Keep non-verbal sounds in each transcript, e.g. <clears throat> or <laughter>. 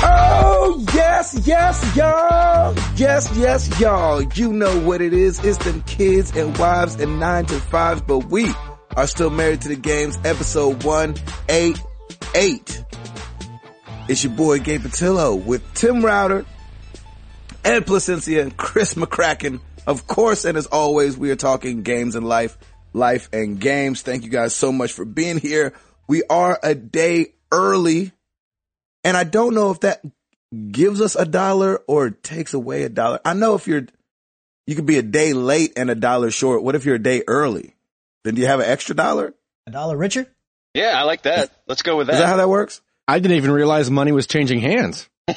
Oh, Yes, yes, y'all. You know what it is. It's them kids and wives and nine to fives, but we are still married to the games. Episode 188. It's your boy Gabe Patillo with Tim Router, Ed Placencia, and Chris McCracken. Of course, and as always, we are talking games and life, life and games. Thank you guys so much for being here. We are a day early, and I don't know if that gives us a dollar or takes away a dollar. I know if you're, you could be a day late and a dollar short. What if you're a day early? Then do you have an extra dollar? A dollar richer? Yeah, I like that. Let's go with Is that how that. that <laughs> works? I didn't even realize money was changing hands. <laughs> oh,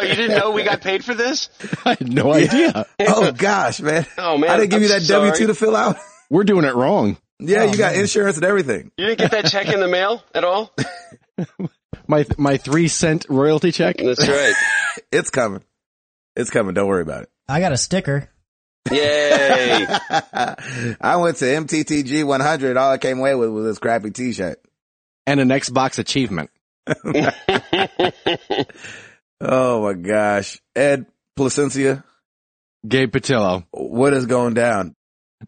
you didn't know we got paid for this? I had no idea. Oh gosh, man. <laughs> Oh, man, I didn't give I'm you that sorry. Oh, W-2 to fill out. <laughs> We're doing it wrong. yeah, you got insurance and everything. You didn't get that check in the mail at all? My my three cent royalty check. That's right. It's coming. It's coming. Don't worry <laughs> about it. <laughs> I got a sticker. Yay. I went to MTTG 100. All I came away with was this crappy t-shirt. and an Xbox achievement. Oh my gosh. Ed Placencia, Gabe Patillo. what is going down?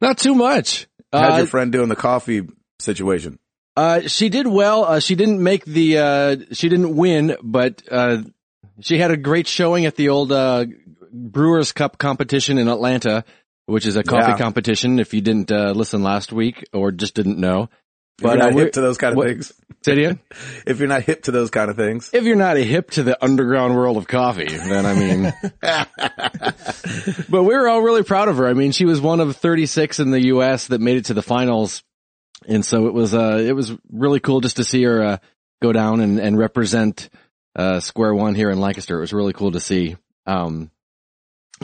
Not too much. How'd Uh, your friend do in the coffee situation? uh, she did well. Uh, she didn't make the. Uh, she didn't win, but uh, she had a great showing at the old uh, Brewers Cup competition in Atlanta, which is a coffee Yeah. competition. If you didn't uh, listen last week or just didn't know, If you're uh, not we're- hip to those kind of what- things. Say it again? If you're not hip to those kind of things. <laughs> if you're not hip to the underground world of coffee, then I mean, but we were all really proud of her. I mean, she was one of 36 in the U.S. that made it to the finals. And so it was, uh, it was really cool just to see her, uh, go down and, and represent, uh, square one here in Lancaster. It was really cool to see. Um,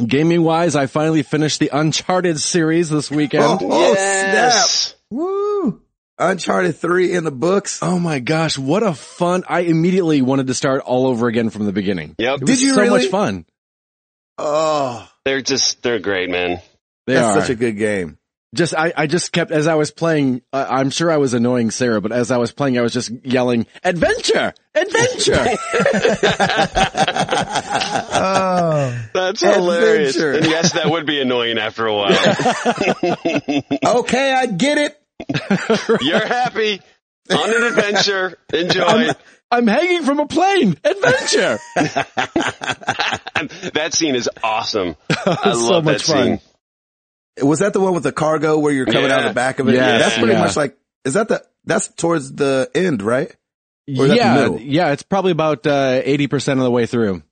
gaming wise, I finally finished the Uncharted series this <laughs> weekend. Oh, Yes. Woo! <laughs> Uncharted 3 in the books. Oh my gosh. What a fun. I immediately wanted to start all over again from the beginning. Yep. It was Did you so really? much fun. Oh, They're just, they're great, man. They that's are. such a good game. just I, I just kept as I was playing. I I'm sure I was annoying Sarah, but as I was playing, I was just yelling, "Adventure! Adventure!" Oh, That's Adventure. hilarious. And yes, that would be annoying after a while. Okay, I get it. You're happy on an adventure. Enjoy. <laughs> I'm, I'm hanging from a plane. Adventure. that scene is awesome. I so love that much fun. scene. Was that the one with the cargo where you're coming out of Yeah. the back of it? Yes. that's pretty Yeah. much like, is that the, that's towards the end, right? Or is that the yeah, middle? yeah. It's probably about uh, eighty percent of the way through.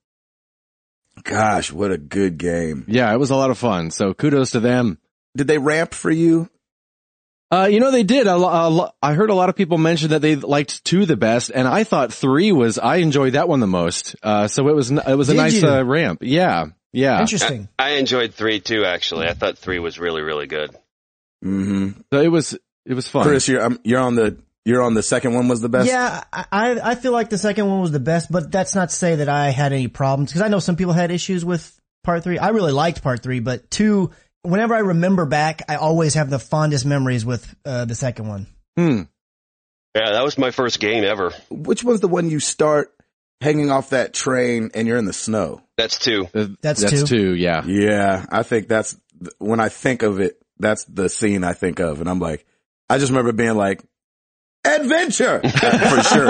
Gosh, what a good game. Yeah, it was a lot of fun. So kudos to them. Did they ramp for you? Uh, you know they did. A lo- a lo- I heard a lot of people mention that they liked two the best, and I thought three was. I enjoyed that one the most. Uh, so it was. n- It was a Did nice you? uh, ramp. Yeah, yeah. interesting. I enjoyed three too, actually. I thought three was really, really good. Mm-hmm. So it was. It was fun. Chris, you're, um, you're on the, you're on the second one was the best. Yeah, I- I I feel like the second one was the best, but that's not to say that I had any problems because I know some people had issues with part three. I really liked part three, but two. Whenever I remember back, I always have the fondest memories with uh, the second <laughs> one. Hmm. Yeah, that was my first game ever. Which one's the one you start hanging off that train and you're in the snow? That's two. Uh, That's two. that's two. Yeah. Yeah, I think that's th- when I think of it. That's the scene I think of, and I'm like, I just remember being like, <laughs> adventure for sure.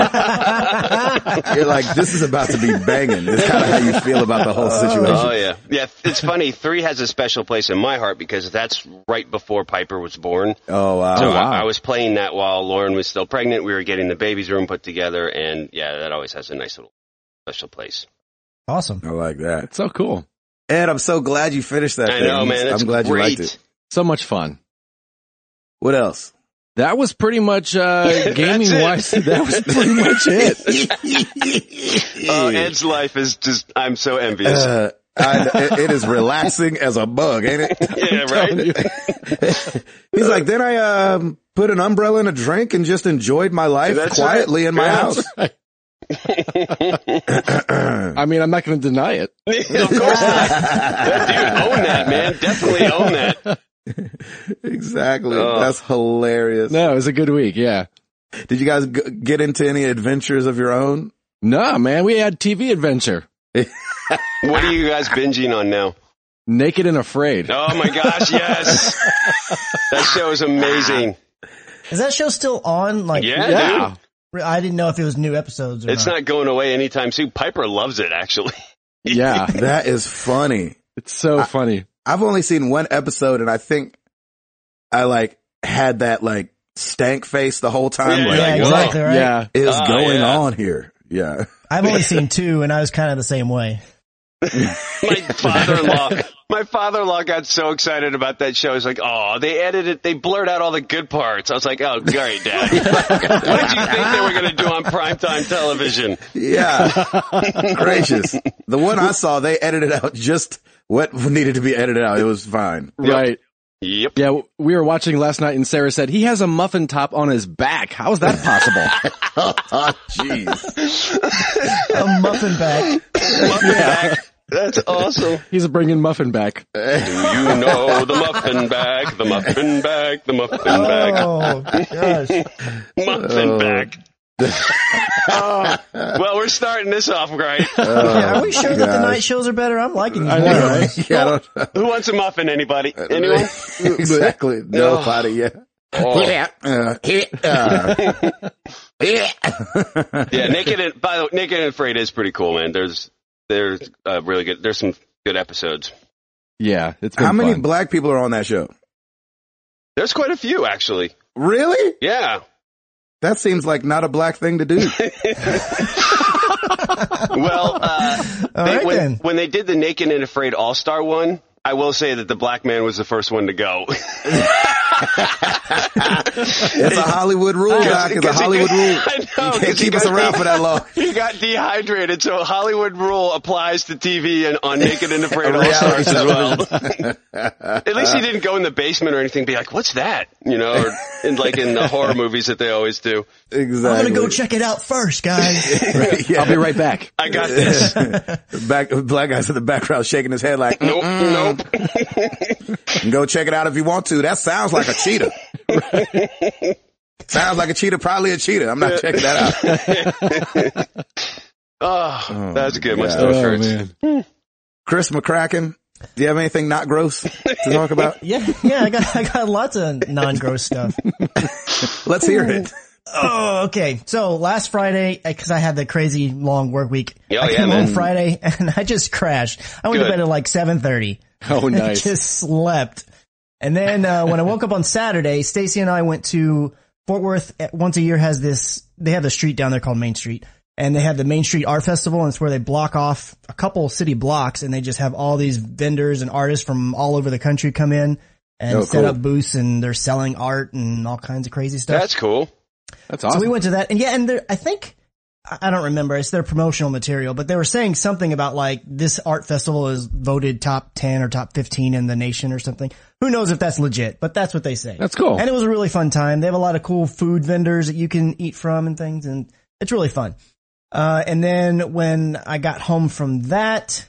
You're like, this is about to be banging. It's kind of how you feel about the whole Oh situation. yeah, yeah. It's funny. Three has a special place in my heart because that's right before Piper was born. Oh wow, So wow. I, I was playing that while Lauren was still pregnant. We were getting the baby's room put together, and yeah, that always has a nice little special place. Awesome. I like that. So cool. Ed, I'm so glad you finished that. I thing. know, man. That's I'm glad great. you liked it. So much fun. What <laughs> else? That was pretty much uh gaming it. wise. <laughs> That was <laughs> pretty much it. <laughs> Oh, Ed's life is just—I'm so envious. Uh, I, it- it is relaxing as a bug, ain't it? <laughs> yeah, right. <laughs> He's like, then I um, put an umbrella in a drink and just enjoyed my life That's quietly in my Yeah, <laughs> house. <laughs> I mean, I'm not going to deny it. of course <laughs> not. Dude, own that, man. Definitely own that. exactly. Ugh. That's hilarious. No, it was a good week. Yeah. Did you guys g- get into any adventures of your own? No, man, we had TV adventure. What are you guys binging on now? Naked and Afraid. Oh my gosh, yes. that show is amazing. Is that show still on? Like, Yeah, Yeah. dude. I didn't know if it was new episodes or It's not going away anytime soon. Piper loves it actually. Yeah. That is funny. It's so funny. I've only seen one episode and I think I like had that like stank face the whole time. Yeah, like, Yeah, what Like, exactly. Right. Yeah. is Ah, going yeah. on here? Yeah. I've only seen two, and I was kind of the same way. my father-in-law, my father-in-law got so excited about that show. He's like, "Oh, they edited, they blurred out all the good parts." I was like, "Oh, great, Dad! what did you think they were going to do on primetime television?" Yeah. <laughs> Gracious. The one I saw, they edited out just what needed to be edited out. It was fine. Right. Yep. Yeah. w- We were watching last night and Sarah said, he has a muffin top on his back. How is that possible? <laughs> Oh, jeez. A muffin <laughs> back. Muffin bag. That's awesome. He's bringing muffin back. Do you know the muffin bag? The muffin bag. The muffin bag. Oh gosh. Muffin bag. oh, well, we're starting this off right. Yeah, are we sure that the Oh, gosh. night shows are better? I'm liking these. I more. know, right? yeah, I don't know. Who wants a muffin? Anybody? Anyone? exactly. Nobody. Yeah. Oh. Uh, uh, yeah. Yeah, Naked and by the way, Naked and Afraid is pretty cool, man. There's there's uh, really good. There's some good episodes. Yeah. It's been How many fun. black people are on that show? There's quite a few actually. Really? Yeah. That seems like not a black thing to do. Well, uh, All they- right when then. when they did the Naked and Afraid All Star one, I will say that the black man was the first one to go. <laughs> It's a Hollywood rule, Doc. It's a Because he- Hollywood rule. I know, You can't because he keep us got- around for that long. he got dehydrated, so Hollywood rule applies to TV and on Naked and <laughs> Afraid All Reality Stars as well. <laughs> At least he didn't go in the basement or anything. Be like, what's that? You know, or in, like in <laughs> the horror movies that they always do. Exactly. I'm gonna go check it out first, <laughs> <laughs> guys. I'll be right back. I got this. <laughs> Back, black guy's in the background shaking his head like, Nope, nope. go check it out if you want to. That sounds like a cheetah. <laughs> sounds like a cheetah, probably a cheetah. I'm not checking that out. Oh, that's good. My God. stomach hurts. Oh, Chris McCracken, do you have anything not gross to talk <laughs> about? yeah, yeah. I got I got lots of non-gross stuff. Let's hear it. Oh, okay. So last Friday, because I had the crazy long work week, Oh, I yeah, came man. home Friday <laughs> and I just crashed. I went Good. to bed at like seven thirty. <laughs> Oh, I nice. just slept. And then uh, when I woke up on Saturday, Stacy and I went to Fort Worth. at- Once a year has this. They have the street down there called Main Street, and they have the Main Street Art Festival, and it's where they block off a couple city blocks, and they just have all these vendors and artists from all over the country come in and Oh, set cool. up booths, and they're selling art and all kinds of crazy stuff. That's cool. That's So awesome. we went to that, and yeah, and there, I think I I don't remember. It's their promotional material, but they were saying something about like this art festival is voted top ten or top fifteen in the nation or something. Who knows if that's legit? But that's what they say. That's cool. And it was a really fun time. They have a lot of cool food vendors that you can eat from and things, and it's really fun. Uh, and then when I got home from that,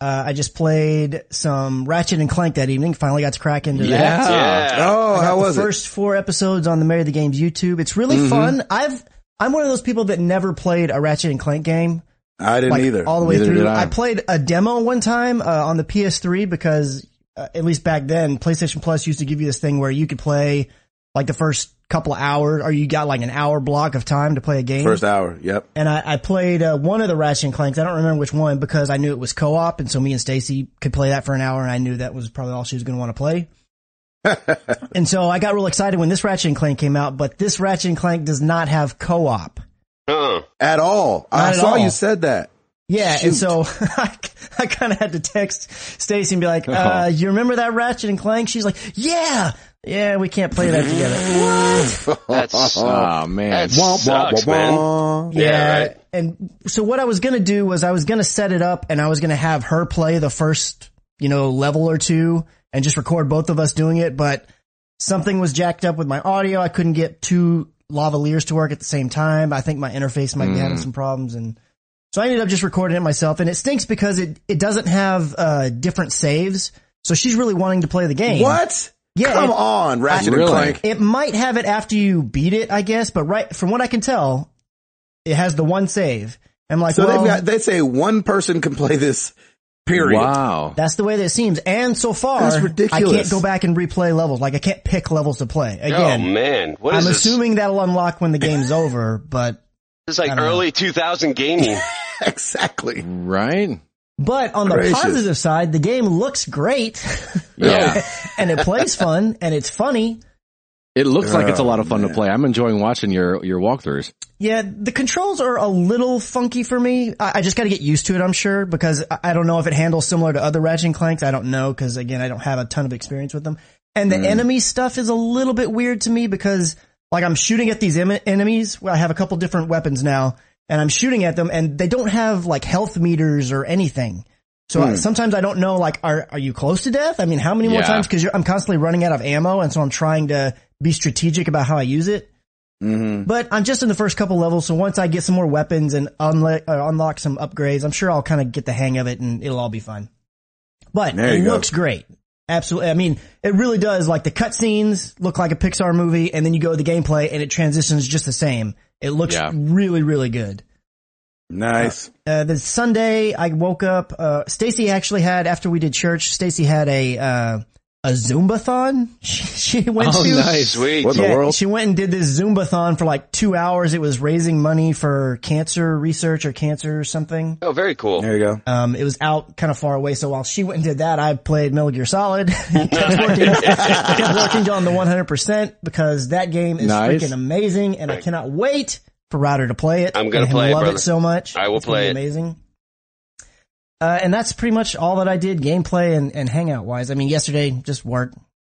uh, I just played some Ratchet and Clank that evening. Finally got to crack into that. yeah. Yeah. Oh, how The was it? Mm-hmm. first four episodes on the Marry the Games YouTube. It's really fun. I've I'm one of those people that never played a Ratchet and Clank game I didn't like either. all the way Neither through. did I. I. played a demo one time uh, on the PS3 because uh, at least back then PlayStation Plus used to give you this thing where you could play like the first couple of hours or you got like an hour block of time to play a game First hour. Yep. and I, I played uh, one of the Ratchet and Clanks. I don't remember which one because I knew it was co-op, and so me and Stacy could play that for an hour, and I knew that was probably all she was going to want to play. and so I got real excited when this Ratchet and Clank came out, but this Ratchet and Clank does not have co-op. Huh. Oh. At all. I Not at saw all. you said that. Yeah, Shoot. and so <laughs> I, I kind of had to text Stacy and be like, uh, "You remember that Ratchet and Clank?" She's like, "Yeah, yeah, we can't play that together." <laughs> That's oh, man. that's- Sucks, Yeah. right. And so what I was going to do was I was going to set it up and I was going to have her play the first, you know, level or two and just record both of us doing it. But something was jacked up with my audio. I couldn't get two lavaliers to work at the same time. I think my interface might be having some problems. And so I ended up just recording it myself and it stinks because it, it doesn't have, uh, different saves. So she's really wanting to play the game. What? Yeah, Come it- on, Ratchet Really? and Clank. It might have it after you beat it, I guess, but right from what I can tell, it has the one save. I'm like, So well, they've got, they say one person can <laughs> play this, period. Wow. that's the way that it seems. And so far, That's ridiculous. I can't go back and replay levels. Like I can't pick levels to play again. oh man, what I'm is this? assuming that'll unlock when the <laughs> game's over, but This is I like don't know. early <laughs> 2000 gaming. exactly. Right? but on the Gracious. positive side, the game looks great <laughs> Yeah. and it plays fun and it's funny. it looks like it's a lot of fun man. to play. I'm enjoying watching your, your walkthroughs. Yeah, the controls are a little funky for me. I, I just got to get used to it, I'm sure, because I, I don't know if it handles similar to other Ratchet and Clanks. I don't know, because again, I don't have a ton of experience with them. And the enemy stuff is a little bit weird to me because, like, I'm shooting at these em- enemies. Well, I have a couple different weapons now, and I'm shooting at them, and they don't have like health meters or anything. So I- sometimes I don't know, like, are are you close to death? I mean, how many more Yeah. times? Because I'm constantly running out of ammo, and so I'm trying to be strategic about how I use it. But I'm just in the first couple levels, so once I get some more weapons and unle- uh, unlock some upgrades, I'm sure I'll kind of get the hang of it and it'll all be fine. But There it you go. looks great. Absolutely. I mean, it really does. Like the cutscenes look like a Pixar movie and then you go to the gameplay and it transitions just the same. It looks Yeah. really, really good. Nice. Uh, this Sunday, I woke up, uh, Stacy actually had, after we did church, Stacy had a, uh, a Zumbathon <laughs> she, she Oh, went to. Sweet. What the Yeah, world? she went and did this Zumbathon for like two hours. It was raising money for cancer research or cancer or something. Oh, very cool. There you go. Um, it was out kind of far away. So while she went and did that, I played Metal Gear Solid. <laughs> kept, working, kept working on the 100% because that game is Nice. freaking amazing and I cannot wait for Ryder to play it. I'm gonna I play it, love brother. it so much. I will It's gonna be play it. Amazing. Uh, and that's pretty much all that I did gameplay and, and hangout wise. I mean, yesterday just work.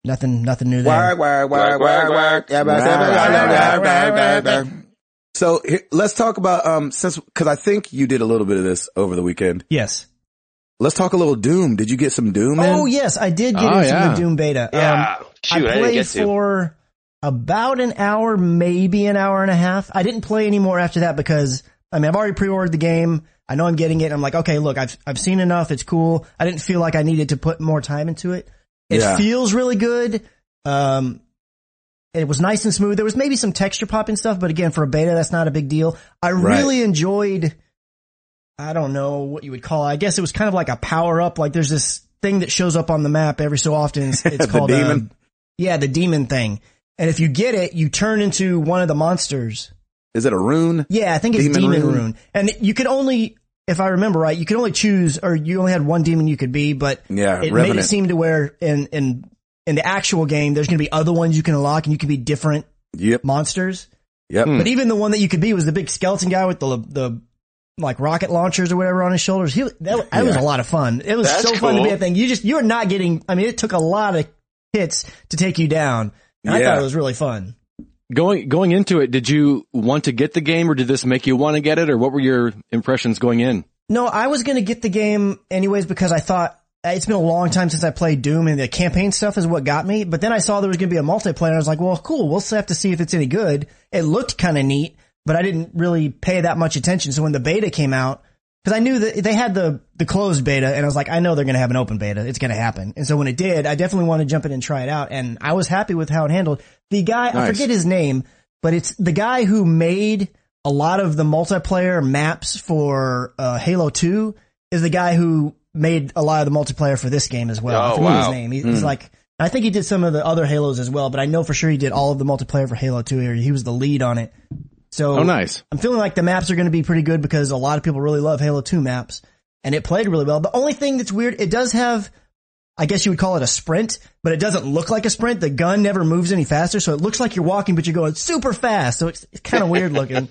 Nothing, nothing new there. Wire, wire, wire, Wire, wire, wire, wire. wire. So here, let's talk about, um, since, cause I think you did a little bit of this over the weekend. Yes. Let's talk a little Doom. Did you get some Doom in? Oh yes, I did get Oh, into yeah. the Doom beta. Um, Yeah. I Shoot, I, played didn't get to. for about an hour, maybe an hour and a half. I didn't play anymore after that because I mean I've already pre-ordered the game. I know I'm getting it. I'm like, okay, look, I've I've seen enough. It's cool. I didn't feel like I needed to put more time into it. It Yeah. feels really good. Um, it was nice and smooth. There was maybe some texture pop and stuff, but again, for a beta, that's not a big deal. I Right. really enjoyed. I don't know what you would call. it. I guess it was kind of like a power up. Like there's this thing that shows up on the map every so often. It's, it's <laughs> The called a- demon? yeah, the demon thing. And if you get it, you turn into one of the monsters. Is it a rune? Yeah, I think it's Demon Demon, Rune. Rune. And you could only, if I remember right, you could only choose, or you only had one demon you could be, but Yeah, it made it Revenant. seem to where in, in, in the actual game, there's going to be other ones you can unlock and you can be different Yep. monsters. Yep. Hmm. But even the one that you could be was the big skeleton guy with the, the, like rocket launchers or whatever on his shoulders. He, that, that was a lot of fun. It was That's so fun to be cool. a thing. You just, you're not getting, I mean, it took a lot of hits to take you down. And I Yeah. thought it was really fun. Going, going into it, did you want to get the game or did this make you want to get it or what were your impressions going in? No, I was gonna get the game anyways because I thought it's been a long time since I played Doom and the campaign stuff is what got me. But then I saw there was gonna be a multiplayer. and I was like, well, cool. We'll still have to see if it's any good. It looked kind of neat, but I didn't really pay that much attention. So when the beta came out, because I knew that they had the the closed beta, and I was like, I know they're gonna have an open beta. It's gonna happen. And so when it did, I definitely wanted to jump in and try it out. And I was happy with how it handled. The guy, I Nice. forget his name, but it's the guy who made a lot of the multiplayer maps for uh, Halo 2 is the guy who made a lot of the multiplayer for this game as well. I Oh, forget wow. his name. He- He's like, I think he did some of the other Halos as well, but I know for sure he did all of the multiplayer for Halo 2 or he was the lead on it. So Oh, nice. I'm feeling like the maps are going to be pretty good because a lot of people really love Halo 2 maps and it played really well. The only thing that's weird, it does have, I guess you would call it a sprint, but it doesn't look like a sprint. The gun never moves any faster. So it looks like you're walking, but you're going super fast. So it's, it's kind of weird looking.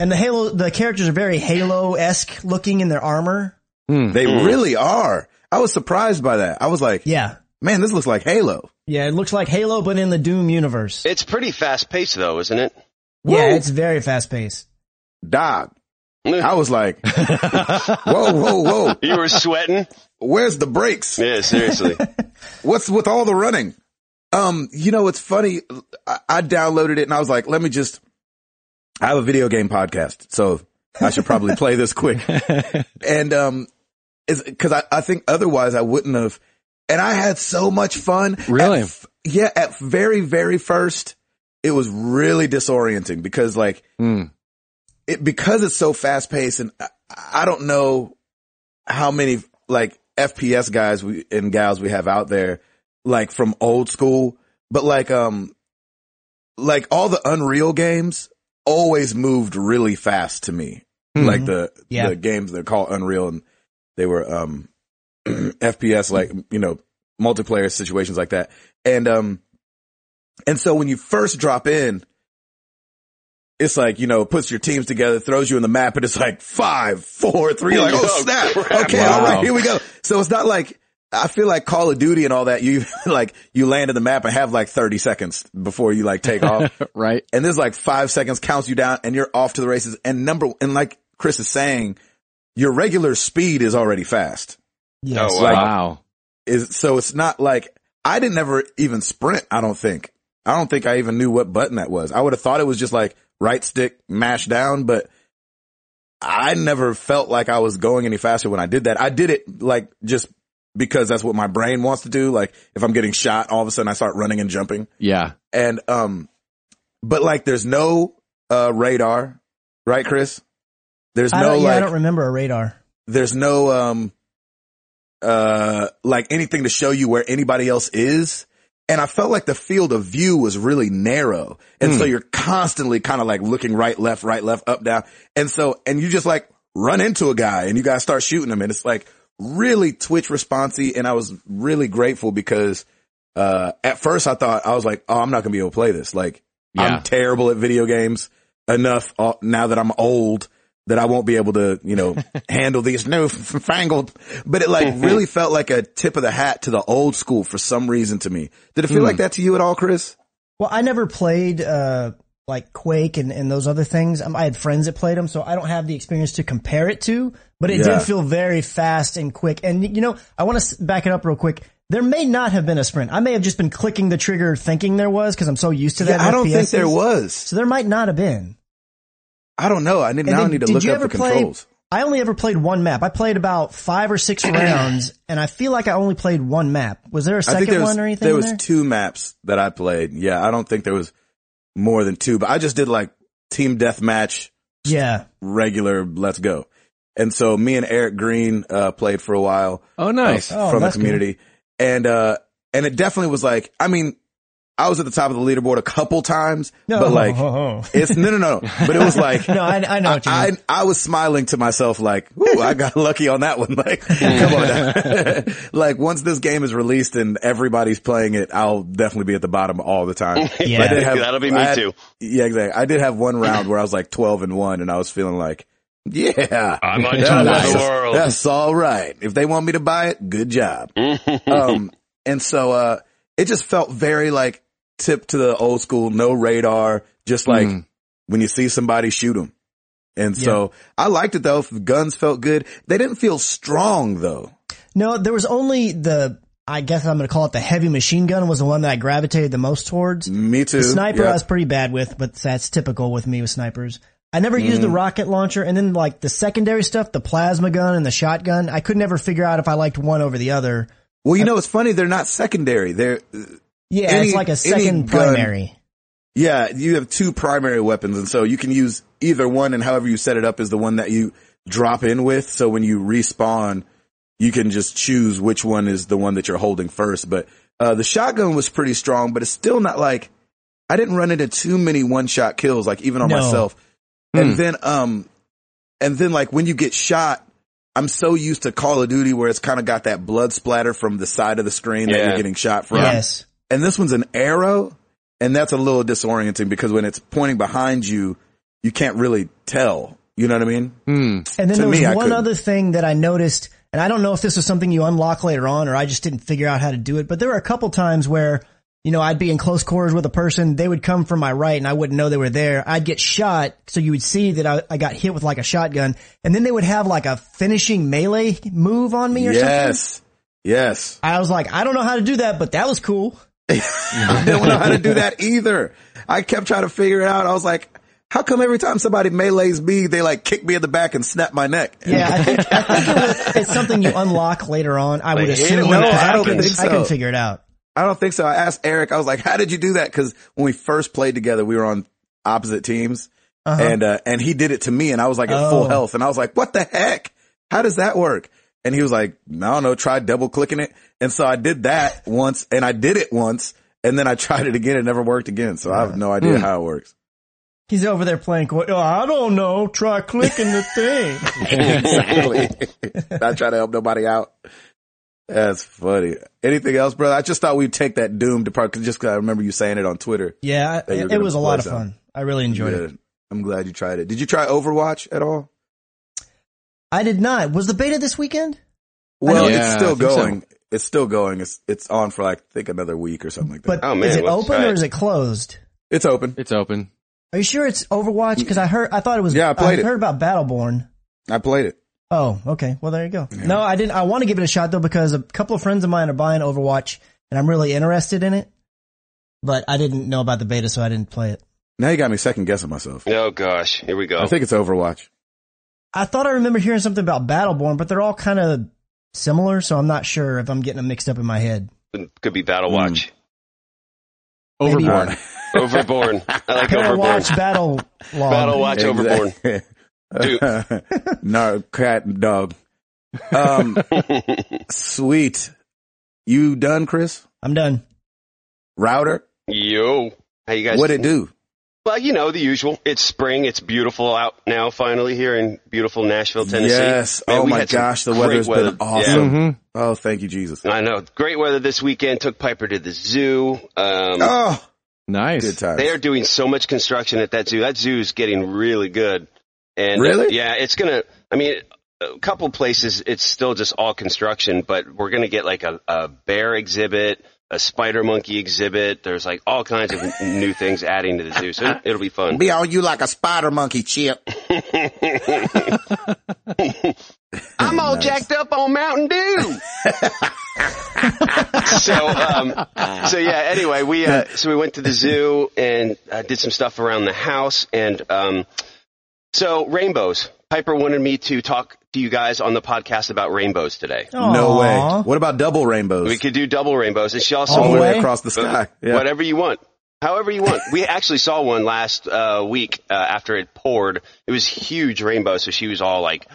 And the Halo, the characters are very Halo-esque looking in their armor. They really are. I was surprised by that. I was like, Yeah. man, this looks like Halo. Yeah. It looks like Halo, but in the Doom universe. It's pretty fast paced though, isn't it? yeah. Woo. It's very fast paced. Dog. I was like, whoa, whoa, whoa. You were sweating. <laughs> Where's the brakes? Yeah, seriously. What's with all the running? Um, you know, it's funny. I, I downloaded it and I was like, let me just, I have a video game podcast, so I should probably play this quick. And, um, it's cause I, I think otherwise I wouldn't have. And I had so much fun. Really? At f- yeah. At very, very first, it was really disorienting because like, Hmm. it, because it's so fast paced and I, I don't know how many like FPS guys we and gals we have out there, like from old school, but like, um, like all the Unreal games always moved really fast to me. Like the, Yeah. the games that are called Unreal and they were, um, <clears throat> FPS, like, you know, multiplayer situations like that. And, um, and so when you first drop in, it's like, you know, puts your teams together, throws you in the map, and it's like five, four, three, like, oh Oh, snap. crap. Okay. All right. Here we go. So it's not like, I feel like Call of Duty and all that, you <laughs> like, you land in the map and have like 30 seconds before you like take off <laughs> right? and there's like five seconds counts you down and you're off to the races. And number, and like Chris is saying, your regular speed is already fast. <laughs> Yes. Oh, wow. wow. Is, so it's not like, I didn't ever even sprint. I don't think, I don't think I even knew what button that was. I would have thought it was just like right stick mash down, but I never felt like I was going any faster when I did that. I did it like just because that's what my brain wants to do. Like if I'm getting shot, all of a sudden I start running and jumping Yeah. and um but like there's no uh radar right chris there's I, no don't, yeah, I like don't remember a radar. there's no um uh like anything to show you where anybody else is and i felt like the field of view was really narrow and so you're constantly kind of like looking right left right left up down and so and you just like run into a guy and you guys start shooting him and it's like really twitch responsey and i was really grateful because uh at first i thought i was like oh i'm not gonna be able to play this like Yeah. i'm terrible at video games enough uh, now that i'm old that I won't be able to, you know, handle these new f- f- fangled, but it like really felt like a tip of the hat to the old school for some reason to me. Did it feel like that to you at all, Chris? Well, I never played uh like Quake and, and those other things. Um, I had friends that played them, so I don't have the experience to compare it to. But it Yeah. did feel very fast and quick. And you know, I want to back it up real quick. There may not have been a sprint. I may have just been clicking the trigger, thinking there was, because I'm so used to that. in I don't think FPSs. there was. So there might not have been. I don't know. I need, And now I then need to did look you up the ever play- controls. I only ever played one map. I played about five or <clears throat> six rounds, and I feel like I only played one map. Was there a I think second there was, one or anything? there in was there? two maps that I played. Yeah. I don't think there was more than two, but I just did like team deathmatch, yeah. regular let's go. And so me and Eric Green, uh, played for a while. Oh, nice. uh, Oh, from the that's cool. community. And, uh, and it definitely was like, I mean, I was at the top of the leaderboard a couple times, but <laughs> like, it's no, no, no, no. But it was like, no, I, I know what you mean. I, I was smiling to myself like, ooh, I got lucky on that one. <laughs> Like, come on. <laughs> now. like once this game is released and everybody's playing it, I'll definitely be at the bottom all the time. <laughs> Yeah. I did have- <laughs> That'll be me I had- too. Yeah, exactly. I did have one round where I was like 12 and one and I was feeling like, yeah. I'm on Yeah, top of that's- the world. That's all right. If they want me to buy it, good job. Mm-hmm. um, and so, uh, it just felt very like tip to the old school, no radar, just like Mm. when you see somebody shoot them. And so I liked it though. Guns felt good. They didn't feel strong though. No, there was only the, I guess I'm going to call it the heavy machine gun was the one that I gravitated the most towards. Me too. The sniper Mm, Yeah. I was pretty bad with, but that's typical with me with snipers. I never used the rocket launcher and then like the secondary stuff, the plasma gun and the shotgun, I could never figure out if I liked one over the other. well, you know, it's funny. They're not secondary. They're, Yeah, Any- it's like any a second gun- primary. Yeah, you have two primary weapons, and so you can use either one, and however you set it up is the one that you drop in with. So when you respawn, you can just choose which one is the one that you're holding first. But uh, the shotgun was pretty strong, but it's still not like I didn't run into too many one shot kills, like even on No. myself. Hmm. And then, um, and then like when you get shot, I'm so used to Call of Duty where it's kind of got that blood splatter from the side of the screen that Yeah. you're getting shot from Yes. and this one's an arrow, and that's a little disorienting because when it's pointing behind you, you can't really tell. You know what I mean? Hmm. And then To there was me, I one couldn't. other thing that I noticed, and I don't know if this was something you unlock later on or I just didn't figure out how to do it, but there were a couple times where, you know, I'd be in close quarters with a person, they would come from my right and I wouldn't know they were there. I'd get shot, so you would see that I, I got hit with like a shotgun, and then they would have like a finishing melee move on me or something. Yes. Yes. I was like, I don't know how to do that, but that was cool. I didn't know how to do that either. I kept trying to figure it out. I was like, how come every time somebody melees me, they like kick me in the back and snap my neck? Yeah, I think, I think it was, it's something you unlock later on. I would Like, assume. no, because I don't couldn't- think I couldn't so. figure it out. I don't think so. I asked Eric, I was like, how did you do that? Cause when we first played together, we were on opposite teams Uh-huh. and uh, and he did it to me, and I was like at Oh. full health, and I was like, "What the heck? How does that work?" And he was like, "I don't know. Try double clicking it." And so I did that once, and I did it once, and then I tried it again. It never worked again, so I have no idea Hmm. how it works. <laughs> He's over there playing. qu- Oh, I don't know. Try clicking the <laughs> thing. <laughs> exactly. <laughs> Not trying to help nobody out. That's funny. Anything else, brother? I just thought we'd take that Doom to part just 'cause I remember you saying it on Twitter. Yeah, That you're it, it gonna was a play lot of some. fun. I really enjoyed it. Yeah. I'm glad you tried it. Did you try Overwatch at all? I did not. Was the beta this weekend? Well, don't- Yeah, it's I still think so. going. It's still going. It's it's on for like I think another week or something like that. But Oh, man, is it let's open try or it. is it closed? it's open. It's open. Are you sure it's Overwatch? Because I heard, I thought it was. Yeah, I played it. heard about Battleborn. I played it. Oh, okay. Well, there you go. No, I didn't. I want to give it a shot though because a couple of friends of mine are buying Overwatch, and I'm really interested in it. But I didn't know about the beta, so I didn't play it. Now you got me second guessing myself. <laughs> Oh gosh, here we go. I think it's Overwatch. I thought I remember hearing something about Battleborn, but they're all kind of similar, so I'm not sure if I'm getting them mixed up in my head. Could be Hmm. Battle Watch. Maybe- Overboard. Overborn. <laughs> I like Overborn. <laughs> Overwatch Battle Log. Battle Watch Overborn. Overborn. <laughs> no, cat and dog. Um, <laughs> sweet. You done, Chris? I'm done. Router? Yo. How you guys What'd it do? Well, you know, the usual. It's spring. It's beautiful out now, finally, here in beautiful Nashville, Tennessee. Yes. Man, oh we my had some gosh, the great weather's weather. been awesome. Mm-hmm. Oh, thank you, Jesus. Yeah, I know. Great weather this weekend. Took Piper to the zoo. Um, Oh, good Nice. times. They are doing so much construction at that zoo. That zoo is getting really good. And Really? uh, yeah, it's gonna. I mean, a couple places it's still just all construction, but we're gonna get like a, a bear exhibit, a spider monkey exhibit. There's like all kinds of new things adding to the zoo, so it'll be fun. Be on you like a spider monkey, <laughs> Chip. I'm all Nice. jacked up on Mountain Dew. so, um, <laughs> so yeah. Anyway, we uh, so we went to the zoo and uh, did some stuff around the house, and um, so rainbows. Piper wanted me to talk to you guys on the podcast about rainbows today. No way. Aw. What about double rainbows? We could do double rainbows, and she also all the Oh, way way? across the sky. <laughs> Yeah. whatever you want. However you want. We actually saw one last uh, week uh, after it poured. It was huge rainbow, so she was all like,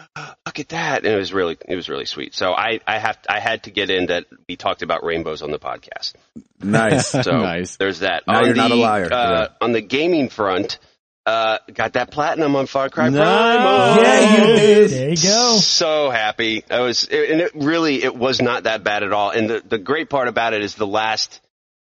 "Look at that!" And it was really, it was really sweet. So I, I have, I had to get in that we talked about rainbows on <laughs> the podcast. Nice. <laughs> So Nice. There's that. Now on you're the, not a liar. Uh, on the gaming front, uh, got that platinum on Far Cry Primal. Nice. Yeah, you did. There you go. So happy. I was, and it really, it was not that bad at all. And the, the great part about it is the last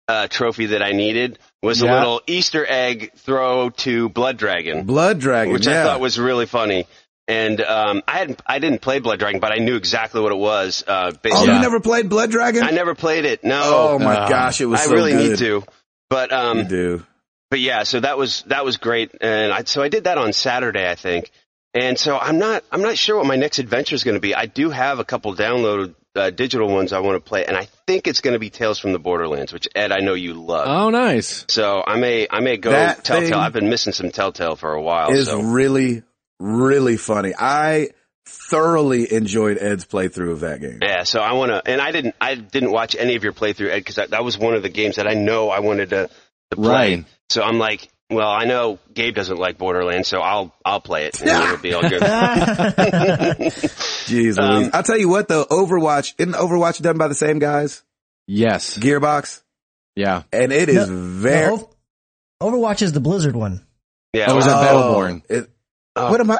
uh, trophy that I needed was a Yeah. little Easter egg throw to Blood Dragon, Blood dragon. which yeah. I thought was really funny. And um, I hadn't, I didn't play Blood Dragon, but I knew exactly what it was. Uh, based oh, on- you never played Blood Dragon? I never played it. No, oh my Oh. gosh, it was I so really good. need to. But um, You do. but yeah, so that was that was great, and I, so I did that on Saturday, I think. And so I'm not I'm not sure what my next adventure is going to be. I do have a couple downloaded uh, digital ones I want to play, and I think it's going to be Tales from the Borderlands, which Ed I know you love. Oh, nice. so I may I may go That Telltale. thing I've been missing some Telltale for a while. is so really, really funny. I thoroughly enjoyed Ed's playthrough of that game. yeah, so I want to, and I didn't I didn't watch any of your playthrough Ed because that, that was one of the games that I know I wanted to, to play. Right. So I'm like, well, I know Gabe doesn't like Borderlands, so I'll I'll play it and it'll be <laughs> all good. <laughs> Jeez, Um, Louise. I'll tell you what though, Overwatch, isn't Overwatch done by the same guys? Yes. Gearbox? Yeah. And it is No, very, <laughs> No, Ov- Overwatch is the Blizzard one. Yeah, it Oh, is was that Oh, Battleborn? it- Uh, what am I,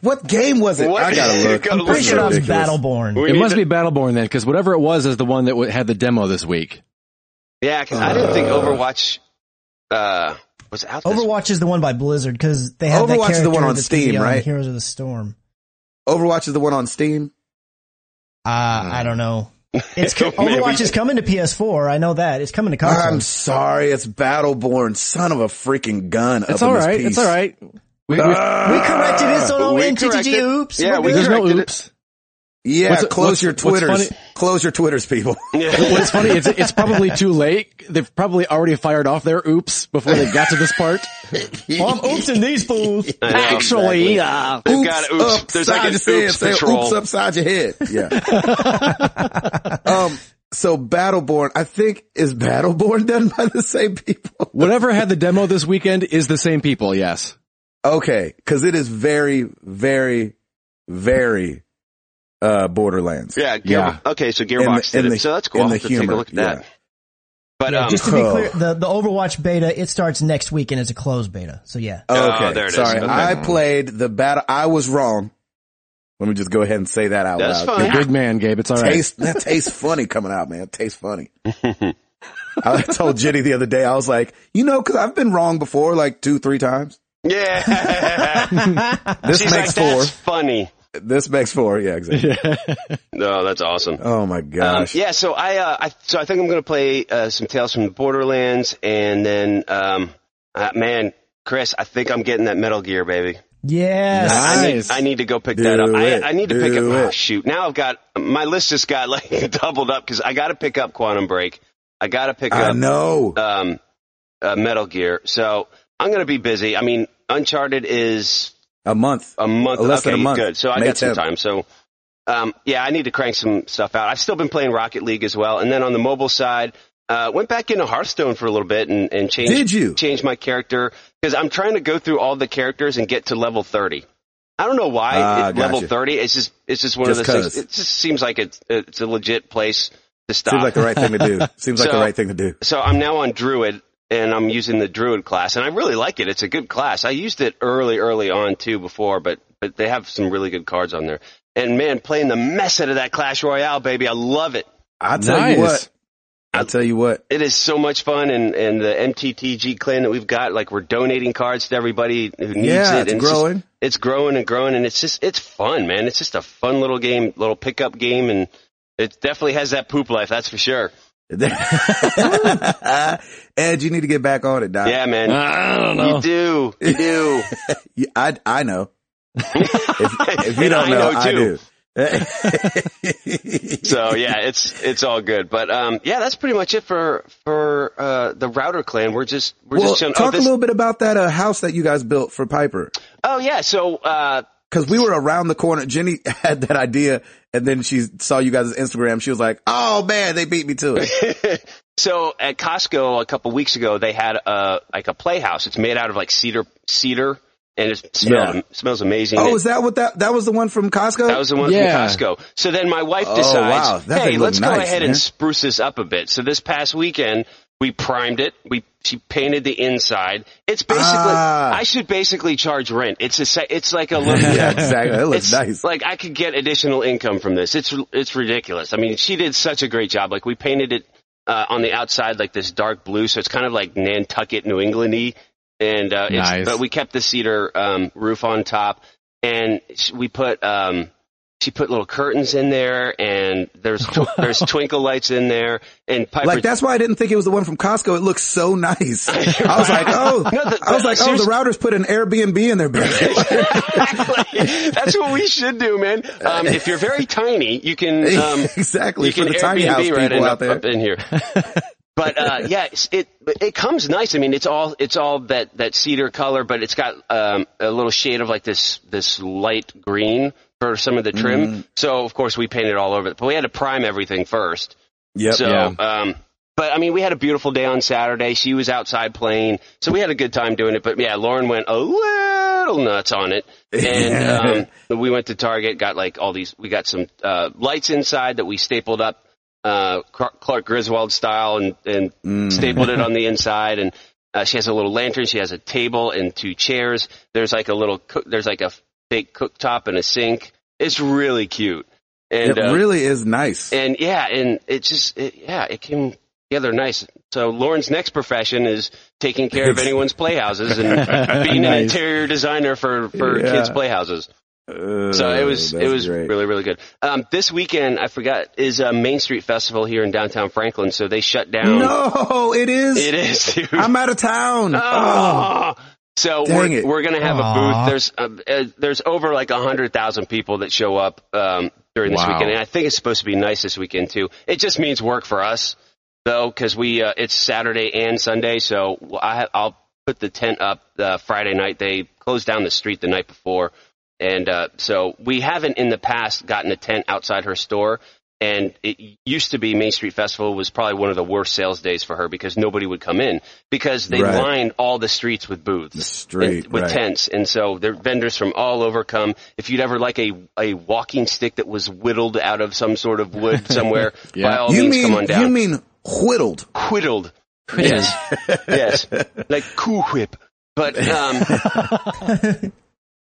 what game was it? What? I gotta look. This Pretty Gotta look Uh, is sure that was ridiculous. Battleborn. We It need must to- be Battleborn then, because whatever it was is the one that w- had the demo this week. Yeah, because I didn't think Uh. Overwatch uh, was out. This Overwatch is the one by Blizzard because they have that Overwatch is the one character on that's gonna be Steam, right? Heroes of the Storm. Overwatch is the one on Steam. Uh, Hmm. I <laughs> don't know. It's co- Man, we- Overwatch is coming to PS4. I know that it's coming to I'm consoles. sorry, it's Battleborn, son of a freaking gun. It's up all in this right. It's piece. all right. We, we, Ah! we corrected <laughs> it, so don't we corrected- NTTG. Oops. Yeah, we're Uh, we good. there's no corrected it. oops. Yeah, What's- close what's- your what's Twitters. funny- Close your Twitters, people. <laughs> Yeah. What's funny, it's, it's probably too late. They've probably already fired off their oops before they got to this part. well, I'm oopsing <laughs> these fools. I know, Actually, uh, They've got oops. There's like an upside your head. oops Say patrol. Oops upside your head. Yeah. <laughs> um. So Battleborn, I think is <laughs> Battleborn done by the same people. whatever had the demo this weekend is the same people. Yes. Okay, because it is very, very, very uh Borderlands. Yeah, Gear- Okay, so Gearbox in did the- it, so that's cool. in I'll the have to take a humor, look at that. yeah. But Yeah, um, <laughs> just to be oh. clear, the, the Overwatch beta, it starts next week and it's a closed beta. So yeah. Oh, Okay, Oh, there it is. sorry, Okay. I played the battle. I was wrong. Let me just go ahead and say that out That's loud. fine. You're a big man, Gabe. It's all right. Taste that tastes funny coming out, man. It tastes funny. I <laughs> told Jenny the other day. I was like, you know, because I've been wrong before, like two, three times. yeah, <laughs> This she's like, makes that's four. funny. This makes four. Yeah, exactly. No, that's awesome. Oh my Um, gosh. yeah, so I, uh, I, so I think I'm going to play uh, some Tales from the Borderlands, and then, um, uh, man, Chris, I think I'm getting that Metal Gear, baby. Yes. I need, Nice. I need to go pick Do that up. it. I, I need to pick Do up. Oh, it. shoot, now I've got my list just got <laughs> like doubled up because I got to pick up Quantum Break. I got to pick I up know. um, uh, Metal Gear. So I'm going to be busy. I mean, Uncharted is A month. a month. Less okay, than a month. good. So I May got some 10th. time. So, um, yeah, I need to crank some stuff out. I've still been playing Rocket League as well, and then on the mobile side, uh, went back into Hearthstone for a little bit and, and changed Did you? changed my character because I'm trying to go through all the characters and get to level thirty. I don't know why Ah, it- level gotcha. thirty. It's just it's just one Just of those 'cause. things. It just seems like it's it's a legit place to stop Seems like the right thing to <laughs> do. Seems like the So- right thing to do. so I'm now on Druid and I'm using the Druid class and I really like it. It's a good class. I used it early, early on too before, but, but they have some really good cards on there. And man, playing the mess out of that Clash Royale, baby. I love it. I tell you what. I tell you what. It is so much fun and, and the MTTG clan that we've got, like we're donating cards to everybody who needs Yeah, it. it's and just- <laughs> growing. <laughs> it's growing and growing and it's just, it's fun, man. It's just a fun little game, little pickup game and it definitely has that poop life. That's for sure. Ed, you need to get back on it, Doc. Yeah, man. I don't You do. You do. You- I, I know. if, <laughs> if you And don't I know, know I, too. do. so yeah, it's it's all good. But um, yeah, that's pretty much it for for uh, the router clan. We're just we're well, just chilling. talk oh, this- a little bit about that uh, house that you guys built for Piper. oh yeah, so uh, Cause we were around the corner. Jenny <laughs> had that idea and then she saw you guys' Instagram. She was like, Oh man, they beat me to <laughs> it. so at Costco a couple weeks ago, they had a like a playhouse. It's made out of like cedar cedar, and it smells Yeah. smells amazing. oh, It- is that what that, that was the one from Costco? That was the one Yeah. from Costco. So then my wife Oh, decides, wow. That hey, thing looked let's go nice, ahead man. and spruce this up a bit. So this past weekend, we primed it. We she painted the inside. It's basically Ah. I should basically charge rent. It's a se- it's like <laughs> a little <laughs> <laughs> yeah, exactly. That looks It's nice. like I could get additional income from this. It's it's ridiculous. I mean, she did such a great job. Like we painted it uh, on the outside like this dark blue, so it's kind of like Nantucket, New Englandy, and uh, it's- Nice. but we kept the cedar um, roof on top, and sh- we put um, she put little curtains in there, and <laughs> there's tw- there's twinkle lights in there, and Piper. Like that's why I didn't think it was the one from Costco. It looks so <laughs> nice. I was like, oh, the- I was like, oh, the seriously- routers put an Airbnb in their <laughs> bedroom. exactly. <laughs> That's what we should <laughs> do, man. Um, if you're very tiny, you can <laughs> um, exactly you for can the tiny Airbnb house right people in, out up, there. up in here. <laughs> But uh, yeah, it's- it it comes nice. I mean, it's all it's all that that cedar color, but it's got um, a little shade of like this this light green for some of the trim. Mm. So of course we painted all over it, but we had to prime everything first. Yep. So, Yeah. um, but I mean, we had a beautiful day on Saturday. She was outside playing, so we had a good time doing it. But yeah, Lauren went a little nuts on it, and um, we went to Target, got like all these. We got some uh, lights inside that we stapled up uh, Car- Clark Griswold style, and and Mm. stapled it on the inside. And uh, she has a little lantern. She has a table and two chairs. There's like a little. Cook, there's like a big cooktop and a sink. It's really cute. And it uh, really is nice. and yeah, and it just it, yeah, it came together nice. So Lauren's next profession is taking care of anyone's <laughs> playhouses and being an Nice. interior designer for for Yeah. kids' playhouses. Uh, So it was it was really really good. Um, this weekend I forgot is a Main Street Festival here in downtown Franklin, so they shut down. No, it is. It is. <laughs> Dude. I'm out of town. Oh. Oh. So Dang we're, it. we're gonna have Aw. a booth. There's uh, uh, there's over like a hundred thousand people that show up um, during this Wow. weekend, and I think it's supposed to be nice this weekend too. It just means work for us though, because we uh, it's Saturday and Sunday, so I, I'll put the tent up uh, Friday night. They closed down the street the night before, and uh, so we haven't in the past gotten a tent outside her store. And it used to be Main Street Festival was probably one of the worst sales days for her because nobody would come in because they Right. lined all the streets with booths The street, and- with right. tents. And so there vendors from all over come. If you'd ever like a, a walking stick that was whittled out of some sort of wood <laughs> somewhere, by all Oh. you means mean come on down. you mean whittled? Quiddled. Yes. yes. Like Cool Whip. But um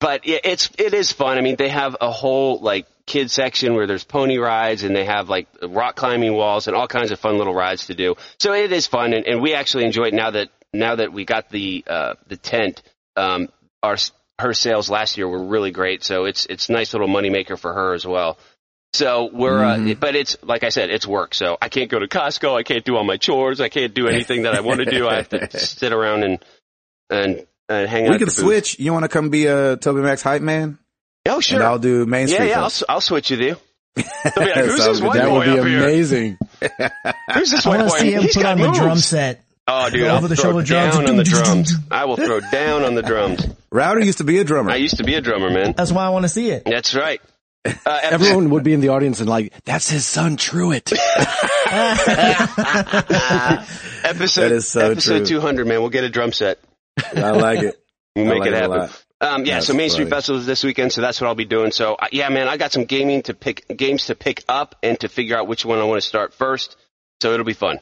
but it, it's it is fun. I mean, they have a whole like kid section where there's pony rides and they have like rock climbing walls and all kinds of fun little rides to do. So it is fun and, and we actually enjoy it now that now that we got the uh the tent um our s- her sales last year were really great. So it's it's nice little moneymaker for her as well. So we're, Mm-hmm. uh, but it's like I said, it's work. So I can't go to Costco. I can't do all my chores. I can't do anything that I want to do. I <laughs> have to sit around and and and hang out. We at can the booth. switch. You want to come be a Toby Max hype man, Oh sure. and I'll do Main yeah, Street. yeah. I'll, first. s- I'll switch <laughs> with you. They'll be like, who's Sounds this good. white That boy would be up here? amazing. <laughs> Who's this I white want boy? to see him He's put got on moves. the drum set. Oh, dude, Over I'll the throw shoulder drums. down on the drums. I will throw down on the drums. Router used to be a drummer. I used to be a drummer, man. That's why I want to see it. That's right. <laughs> Uh, Everyone would be in the audience and like, that's his son, Truitt. <laughs> episode That is so episode true. 200, man. We'll get a drum set. I like it. We'll I make like it it a happen. lot. Um, yeah, That's so Main Street funny. Festival is this weekend, so that's what I'll be doing. So uh, yeah, man, I got some gaming to pick, games to pick up, and to figure out which one I want to start first. So it'll be fun.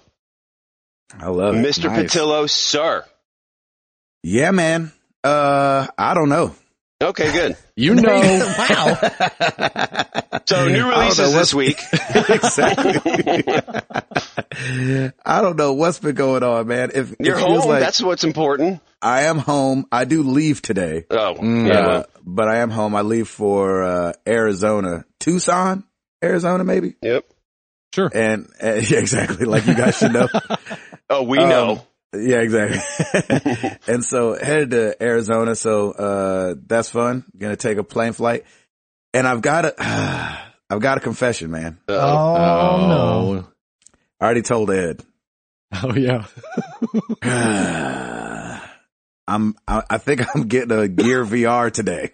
I love it. Mr. nice. Patillo, sir. Yeah, man. Uh, I don't <laughs> know. Okay, good. You know, <laughs> wow. So I don't new know releases this what's- week. exactly. I don't know what's been going on, man. If <laughs> You're it feels home. like that's what's important. I am home. I do leave today, Oh, yeah. uh, well, but I am home. I leave for uh, Arizona, Tucson, Arizona, maybe. yep. sure. And <laughs> uh, yeah, exactly. Like you guys <laughs> should know. Oh, we Um, know. Yeah, exactly. <laughs> and so headed to Arizona. So, uh, that's fun. Gonna take a plane flight. And I've got a, <sighs> I've got a confession, man. Uh, Oh, no. I already told Ed. <sighs> Oh yeah. I'm, I, I think I'm getting a Gear VR today.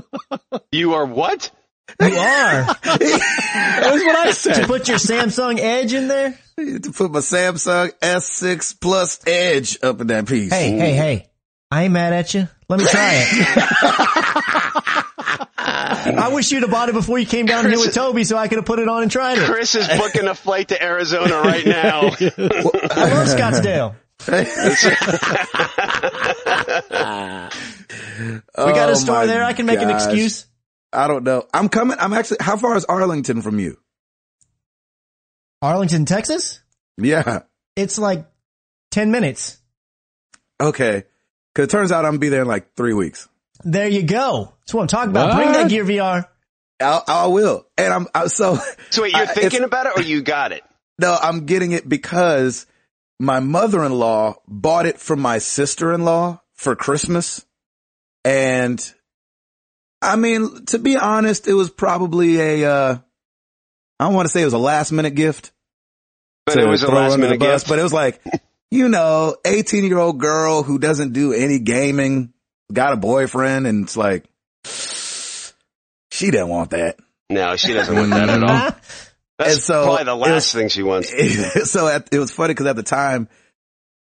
<laughs> You are what? Oh. <laughs> You are. That's what I to said. put your Samsung Edge in there? to put my Samsung S6 Plus Edge up in that piece. Hey, hey, hey. I ain't mad at you. Let me try it. <laughs> I wish you'd have bought it before you came down here with Toby so I could have put it on and tried it. Chris <laughs> is booking a flight to Arizona right now. I love Scottsdale. We got Oh a store there. I can make an excuse. Oh I don't know. I'm coming. I'm actually, how far is Arlington from you? Arlington, Texas? Yeah. It's like 10 minutes. Okay. Cause it turns out I'm gonna be there in like three weeks. There you go. That's what I'm talking about. Bring that What? Gear VR. I'll, I will. And I'm, I, so <laughs> so wait, you're I- it's- thinking about it, or you got it? no, I'm getting it because my mother-in-law bought it from my sister-in-law for Christmas. And I mean, to be honest, it was probably a, uh, I don't want to say it was a last minute gift. But to it was a throw last under the minute bus, gift. But it was like, <laughs> you know, 18 year old girl who doesn't do any gaming, got a boyfriend, and it's like, <sighs> she didn't want that. <laughs> No, she doesn't want that at all. Huh? That's And so probably the it was- last thing <laughs> she wants. so at, it was funny because at the time,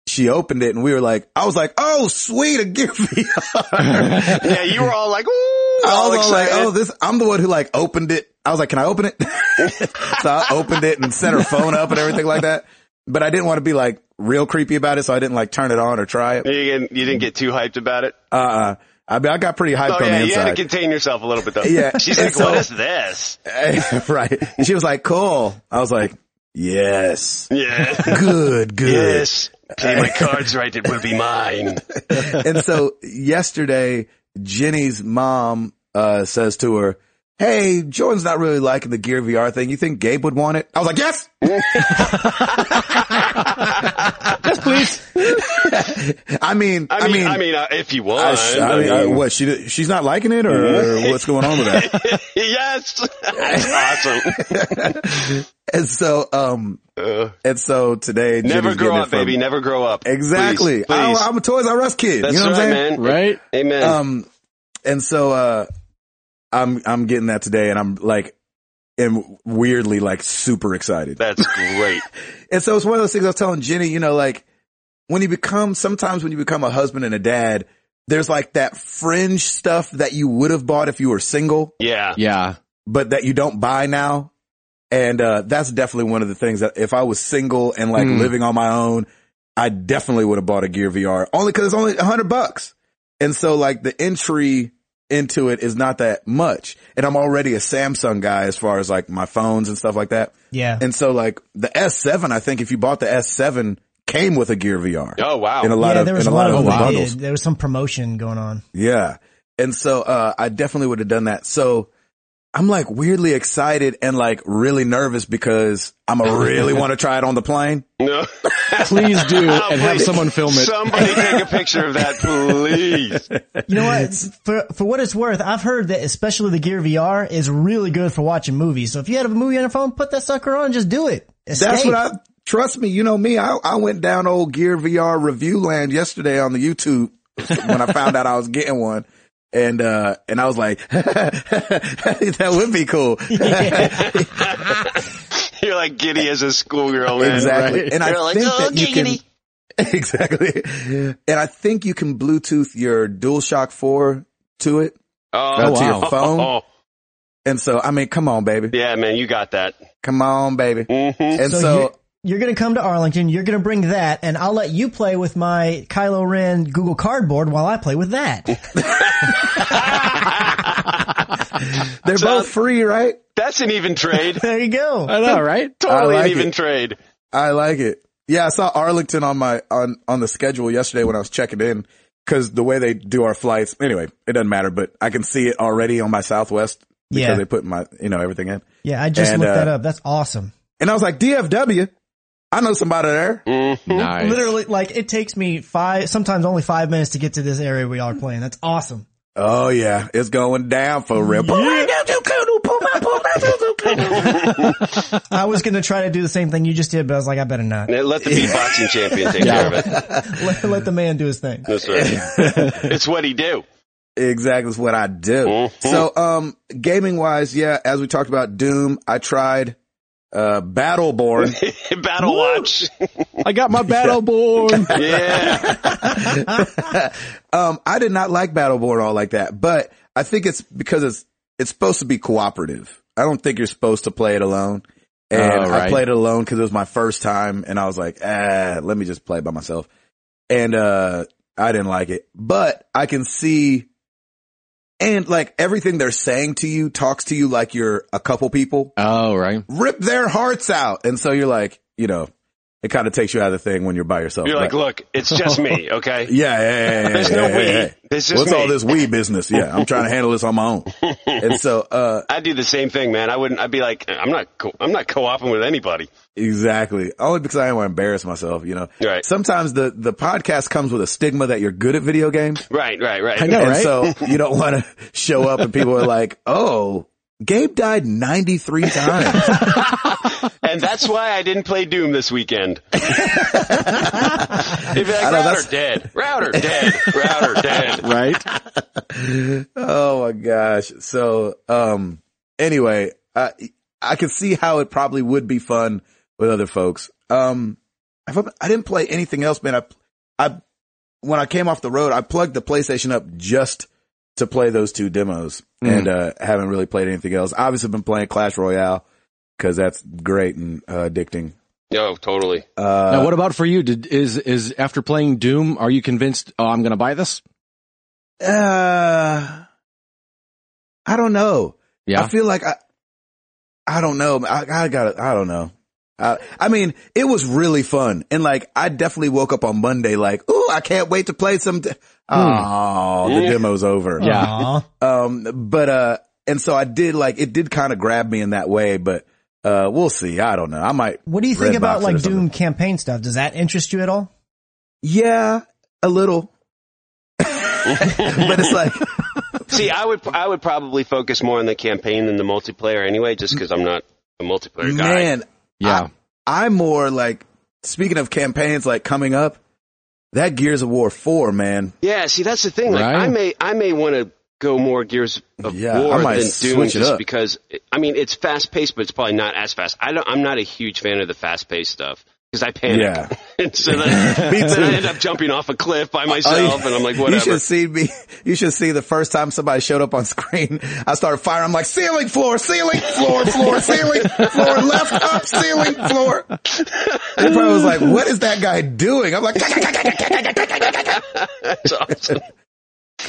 she opened it and we were like, I was like, oh, sweet, a Gear <laughs> VR. yeah, you were all like, ooh, I all was all like, excited. oh, this, I'm the one who like opened it. I was like, can I open it? <laughs> so I opened it and set her phone up and everything like that. But I didn't want to be like real creepy about it. So I didn't like turn it on or try it. you, didn't, you didn't get too hyped about it. Uh, uh I mean, I got pretty hyped on Oh yeah, the you had to inside. contain yourself a little bit <laughs> though. Yeah, <laughs> she's and like, what so- is <laughs> this? right. And she was like, cool. I was like, <laughs> yes, Yeah, good, good. yes. Play my cards right; it will be <laughs> mine. and so yesterday, Jenny's mom uh, says to her, "Hey, Jordan's not really liking the Gear VR thing. You think Gabe would want it?" I was like, "Yes, please." I mean, I mean, I mean, uh, if you want, I sh- I mean, I- <laughs> what she did- she's not liking it, or, Mm-hmm. or what's going on with <laughs> that? yes, that's <laughs> <laughs> awesome. and so, um, Uh, and so today, never Jenny's getting grow it up, from- baby. Never grow up. Exactly. Please, please. I, am a Toys R Us kid. that's you know right, what I'm saying? man. <laughs> Right? Amen. Um, and so, uh, I'm, I'm getting that today and I'm like, am weirdly like super excited. That's great. And so it's one of those things I was telling Jenny, you know, like when you become, sometimes when you become a husband and a dad, there's like that fringe stuff that you would have bought if you were single, <laughs> Yeah. Yeah. but that you don't buy now. And, uh, that's definitely one of the things that if I was single and like Hmm. living on my own, I definitely would have bought a Gear VR only cause it's only a hundred bucks. And so like the entry into it is not that much. And I'm already a Samsung guy as far as like my phones and stuff like that. Yeah. And so like the S7, I think if you bought the S7 came with a Gear VR Oh wow. in a lot yeah, of, there in was a lot of one the that did. bundles. There was some promotion going on. Yeah. And so, uh, I definitely would have done that. So I'm like weirdly excited and like really nervous because I'm a <laughs> really want to try it on the plane. No. <laughs> <laughs> Please do Oh, and have please. someone film it. Somebody take a picture <laughs> of that, please. You know what? For for what it's worth, I've heard that especially the Gear VR is really good for watching movies. So if you had a movie on your phone, put that sucker on, and just do it. That's Escape. what I, trust me, you know me, I, I went down old Gear VR review land yesterday on the YouTube when I found out I was getting one. And, uh, and I was like, <laughs> that would be <laughs> cool. You're like giddy as a schoolgirl. <laughs> man. Exactly. And I They're like, think "Oh, that you giggity." can <laughs> exactly. And I think you can Bluetooth your DualShock Four to it, Oh, uh, to wow. your phone. oh, And so, I mean, come on, baby, yeah, man, you got that. come on, baby. <laughs> hmm And so, you're, you're going to come to Arlington. You're going to bring that, and I'll let you play with my Kylo Ren Google Cardboard while I play with that. <laughs> they're So- both free, right? That's an even trade. there you go. Uh, I know, right? Totally like an even it. trade. I like it. Yeah, I saw Arlington on my on on the schedule yesterday when I was checking in because the way they do our flights. Anyway, it doesn't matter, but I can see it already on my Southwest because Yeah. they put my you know everything in. Yeah, I just And, looked uh, that up. That's awesome. And I was like, DFW, I know somebody there. Mhm. Nice. Literally, like it takes me five, sometimes only five minutes to get to this area we are playing. That's awesome. Oh yeah, it's going down for real. I was going to try to do the same thing you just did, but I was like, I better not. <laughs> Now Let <laughs> the beatboxing champion take care of it. let, let the man do his thing. That's right. it's what he do. <laughs> exactly is what I do. Mm-hmm. Mhm. so, um, gaming wise, yeah, as we talked about Doom, I tried, uh, Battleborn. <laughs> <laughs> Battle watch. I got <laughs> my battle board. yeah. um, I did not like Battleborn all like that, but I think it's because it's, it's supposed to be cooperative. I don't think you're supposed to play it alone. And Oh, right. I played it alone because it was my first time and I was like, ah, let me just play by myself. And, uh, I didn't like it, but I can see and like everything they're saying to you talks to you like you're a couple people. Oh, right. rip their hearts out. And so you're like, you know, it kind of takes you out of the thing when you're by yourself. <laughs> You're like, But- look, it's just me, okay? yeah, yeah, yeah, yeah, There's yeah, no yeah, we. yeah, yeah. There's just What's me. all this we business? Yeah, I'm trying to handle this on my own. <laughs> And so, uh, I'd do the same thing, man. I wouldn't. I'd be like, I'm not. Co- I'm not co-oping with anybody. exactly. Only because I didn't want to embarrass myself, you know. Right. Sometimes the, the podcast comes with a stigma that you're good at video games. Right, right, right. I know, and right? <laughs> so you don't want to show up and people are like, oh, Gabe died 93 times. And that's why I didn't play Doom this weekend. They'd be like, know, router that's- dead, router dead, router dead. Right. Oh my gosh. So, um, anyway, I, I can see how it probably would be fun with other folks. Um, I, fu- I didn't play anything else, man. I, I, when I came off the road, I plugged the PlayStation up just to play those two demos and, uh, haven't really played anything else. Obviously been playing Clash Royale because that's great and uh, addicting. No, totally. Uh, now, what about for you? Did is is after playing Doom, are you convinced? Oh, I'm going to buy this. uh, I don't know. Yeah. I feel like I, I don't know. I, I gotta, I don't know. I, I mean, it was really fun. And like, I definitely woke up on Monday like, ooh, I can't wait to play some. De- Oh, the Yeah. demo's over. Hmm. Yeah. Aw. Um, but, uh, and so I did like, it did kind of grab me in that way, but, uh, we'll see. I don't know. I might. What do you think Red about Box it or like something. Doom campaign stuff? Does that interest you at all? Yeah, a little. <laughs> but it's like, See, I would. I would probably focus more on the campaign than the multiplayer anyway, just because I'm not a multiplayer guy. man, yeah. I'm more like, speaking of campaigns like coming up, that Gears of War 4, man, Yeah, see, that's the thing. Like, Right. I may, I may want to go more Gears of Yeah, I War might than Doom switch it just up. because I mean it's fast paced, but it's probably not as fast. I don't. I'm not a huge fan of the fast paced stuff because I panic. Yeah. <laughs> And so <laughs> then, Me then I too. Oh, end up jumping off a cliff by myself, and I'm like, Oh, You whatever. <laughs> should see me. You should see the first time somebody showed up on screen. I started firing. I'm like, ceiling, floor, ceiling, <laughs> floor, floor, ceiling, floor, left, up, ceiling, floor. They probably was like, what is that guy doing? I'm like, <laughs> <laughs> That's awesome.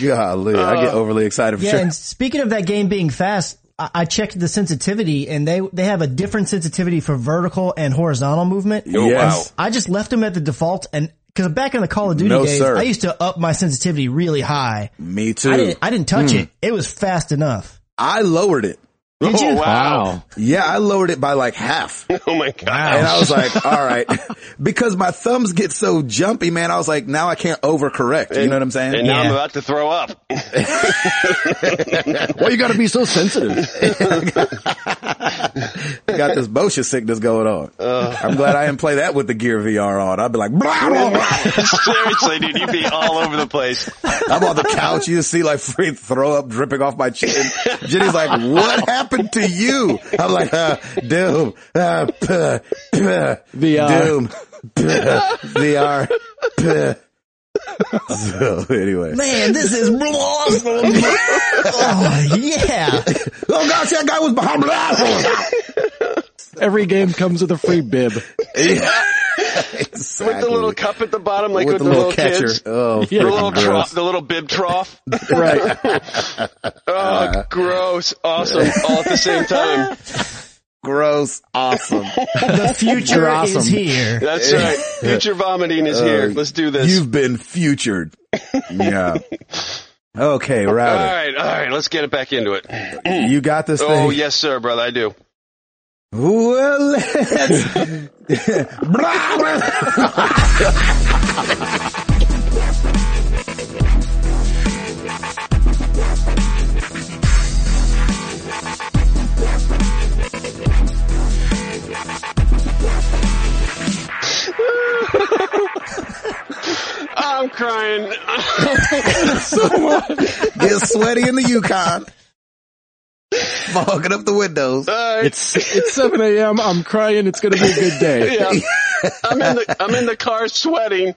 Golly, I Uh, get overly excited for Yeah, sure. and speaking of that game being fast, I, I checked the sensitivity, and they they have a different sensitivity for vertical and horizontal movement. Oh, yes. I just left them at the default, and because back in the Call of Duty No, days, sir. I used to up my sensitivity really high. Me too. I didn't I didn't Hmm. touch it. It was fast enough. I lowered it. Did Oh you? wow! Wow. Yeah, I lowered it by like half. Oh my god! And I was like, all right. <laughs> because my thumbs get so jumpy, man. I was like, now I can't overcorrect. You know what I'm saying? And now I'm Yeah. about to throw up. <laughs> Why you gotta be so sensitive? Got this motion sickness going on. Uh. I'm glad I didn't play that with the Gear VR on. I'd be like, blah, blah, blah. Seriously, dude, you'd be all over the place. I'm on the couch. You see like free throw up dripping off my chin. Jenny's like, what happened to you? I'm like, uh, doom, uh, puh, puh, VR. doom, puh, VR. puh." So anyway, Man, this is awesome. oh yeah. oh gosh, that guy was behind. <laughs> Every game comes with a free bib. Exactly. With the little cup at the bottom, like with, with the little catcher. kids. Oh, Yeah. The freaking <laughs> little gross. trough, the little bib trough. Right. <laughs> Oh, Uh-huh. gross! Awesome! All at the same time. gross, awesome. The future awesome. is here. That's right. Future vomiting Uh, is here. Let's do this. You've been futured. Yeah. Okay, <laughs> all Rowdy, right, all right. Let's get it back into it. you got this thing. Oh yes, sir, brother. I do. Well, let's. <laughs> Blah, blah. I'm crying. Get sweaty in the Yukon. Fogging up the windows. All right. It's <laughs> it's 7 a.m. I'm crying. It's gonna be a good day. Yeah. I'm in the I'm in the car sweating.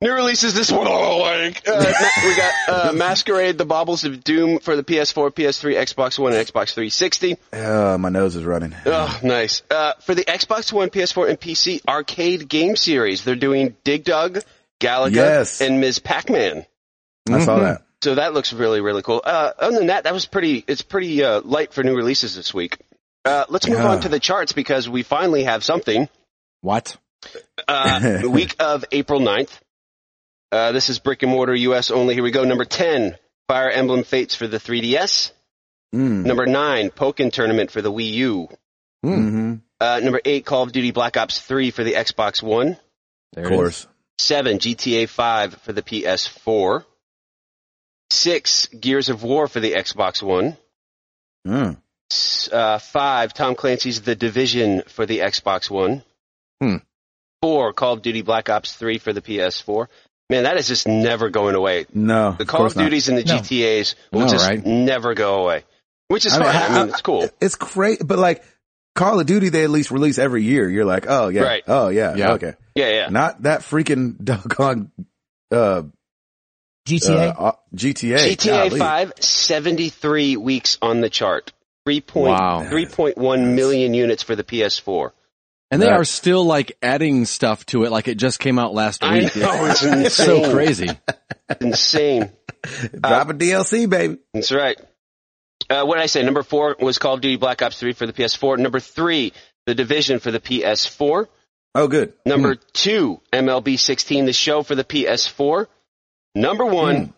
New releases this one. Oh, like, uh, we got uh, Masquerade: The Baubles of Doom for the PS4, PS3, Xbox One, and Xbox 360. Oh, my nose is running. Oh, nice. Uh, for the Xbox One, PS4, and PC arcade game series, they're doing Dig Dug, Galaga, Yes. and Ms. Pac-Man. I Mm-hmm. saw that. So that looks really, really cool. Uh, other than that, that was pretty. It's pretty uh, light for new releases this week. Uh, let's move Yeah. on to the charts because we finally have something. <laughs> What? <laughs> Uh, the week of April 9th. Uh, this is brick and mortar U.S. only. Here we go. Number ten, Fire Emblem Fates for the 3DS. Mm. Number nine, Pokken Tournament for the Wii U. Mm-hmm. Uh, number eight, Call of Duty Black Ops 3 for the Xbox One. There Of it is. course. Seven, GTA 5 for the PS4. Six, Gears of War for the Xbox One. Mm. S- uh, five, Tom Clancy's The Division for the Xbox One. Hmm. Four, Call of Duty Black Ops 3 for the PS4. Man, that is just never going away. No. The Call of course not. Duties and the No. GTAs will No, just right? never go away. Which is I mean, fine. I I- mean, it's cool. It's great, but like Call of Duty, they at least release every year. You're like, oh yeah, Right. oh yeah, Yeah. okay. Yeah, yeah. Not that freaking doggone uh, uh, GTA. uh GTA. GTA Golly. 5, 73 weeks on the chart. 3.3.1 Wow. million units for the PS4. And they That- are still like adding stuff to it. Like it just came out last I week. know, it's <laughs> <laughs> It's so <laughs> insane. crazy. Insane. Drop a DLC, baby. That's right. Uh, what did I say? Number four was Call of Duty Black Ops 3 for the PS4. Number three, The Division for the PS4. Oh, good. Number two, MLB 16, The Show for the PS4. Number Hmm. one,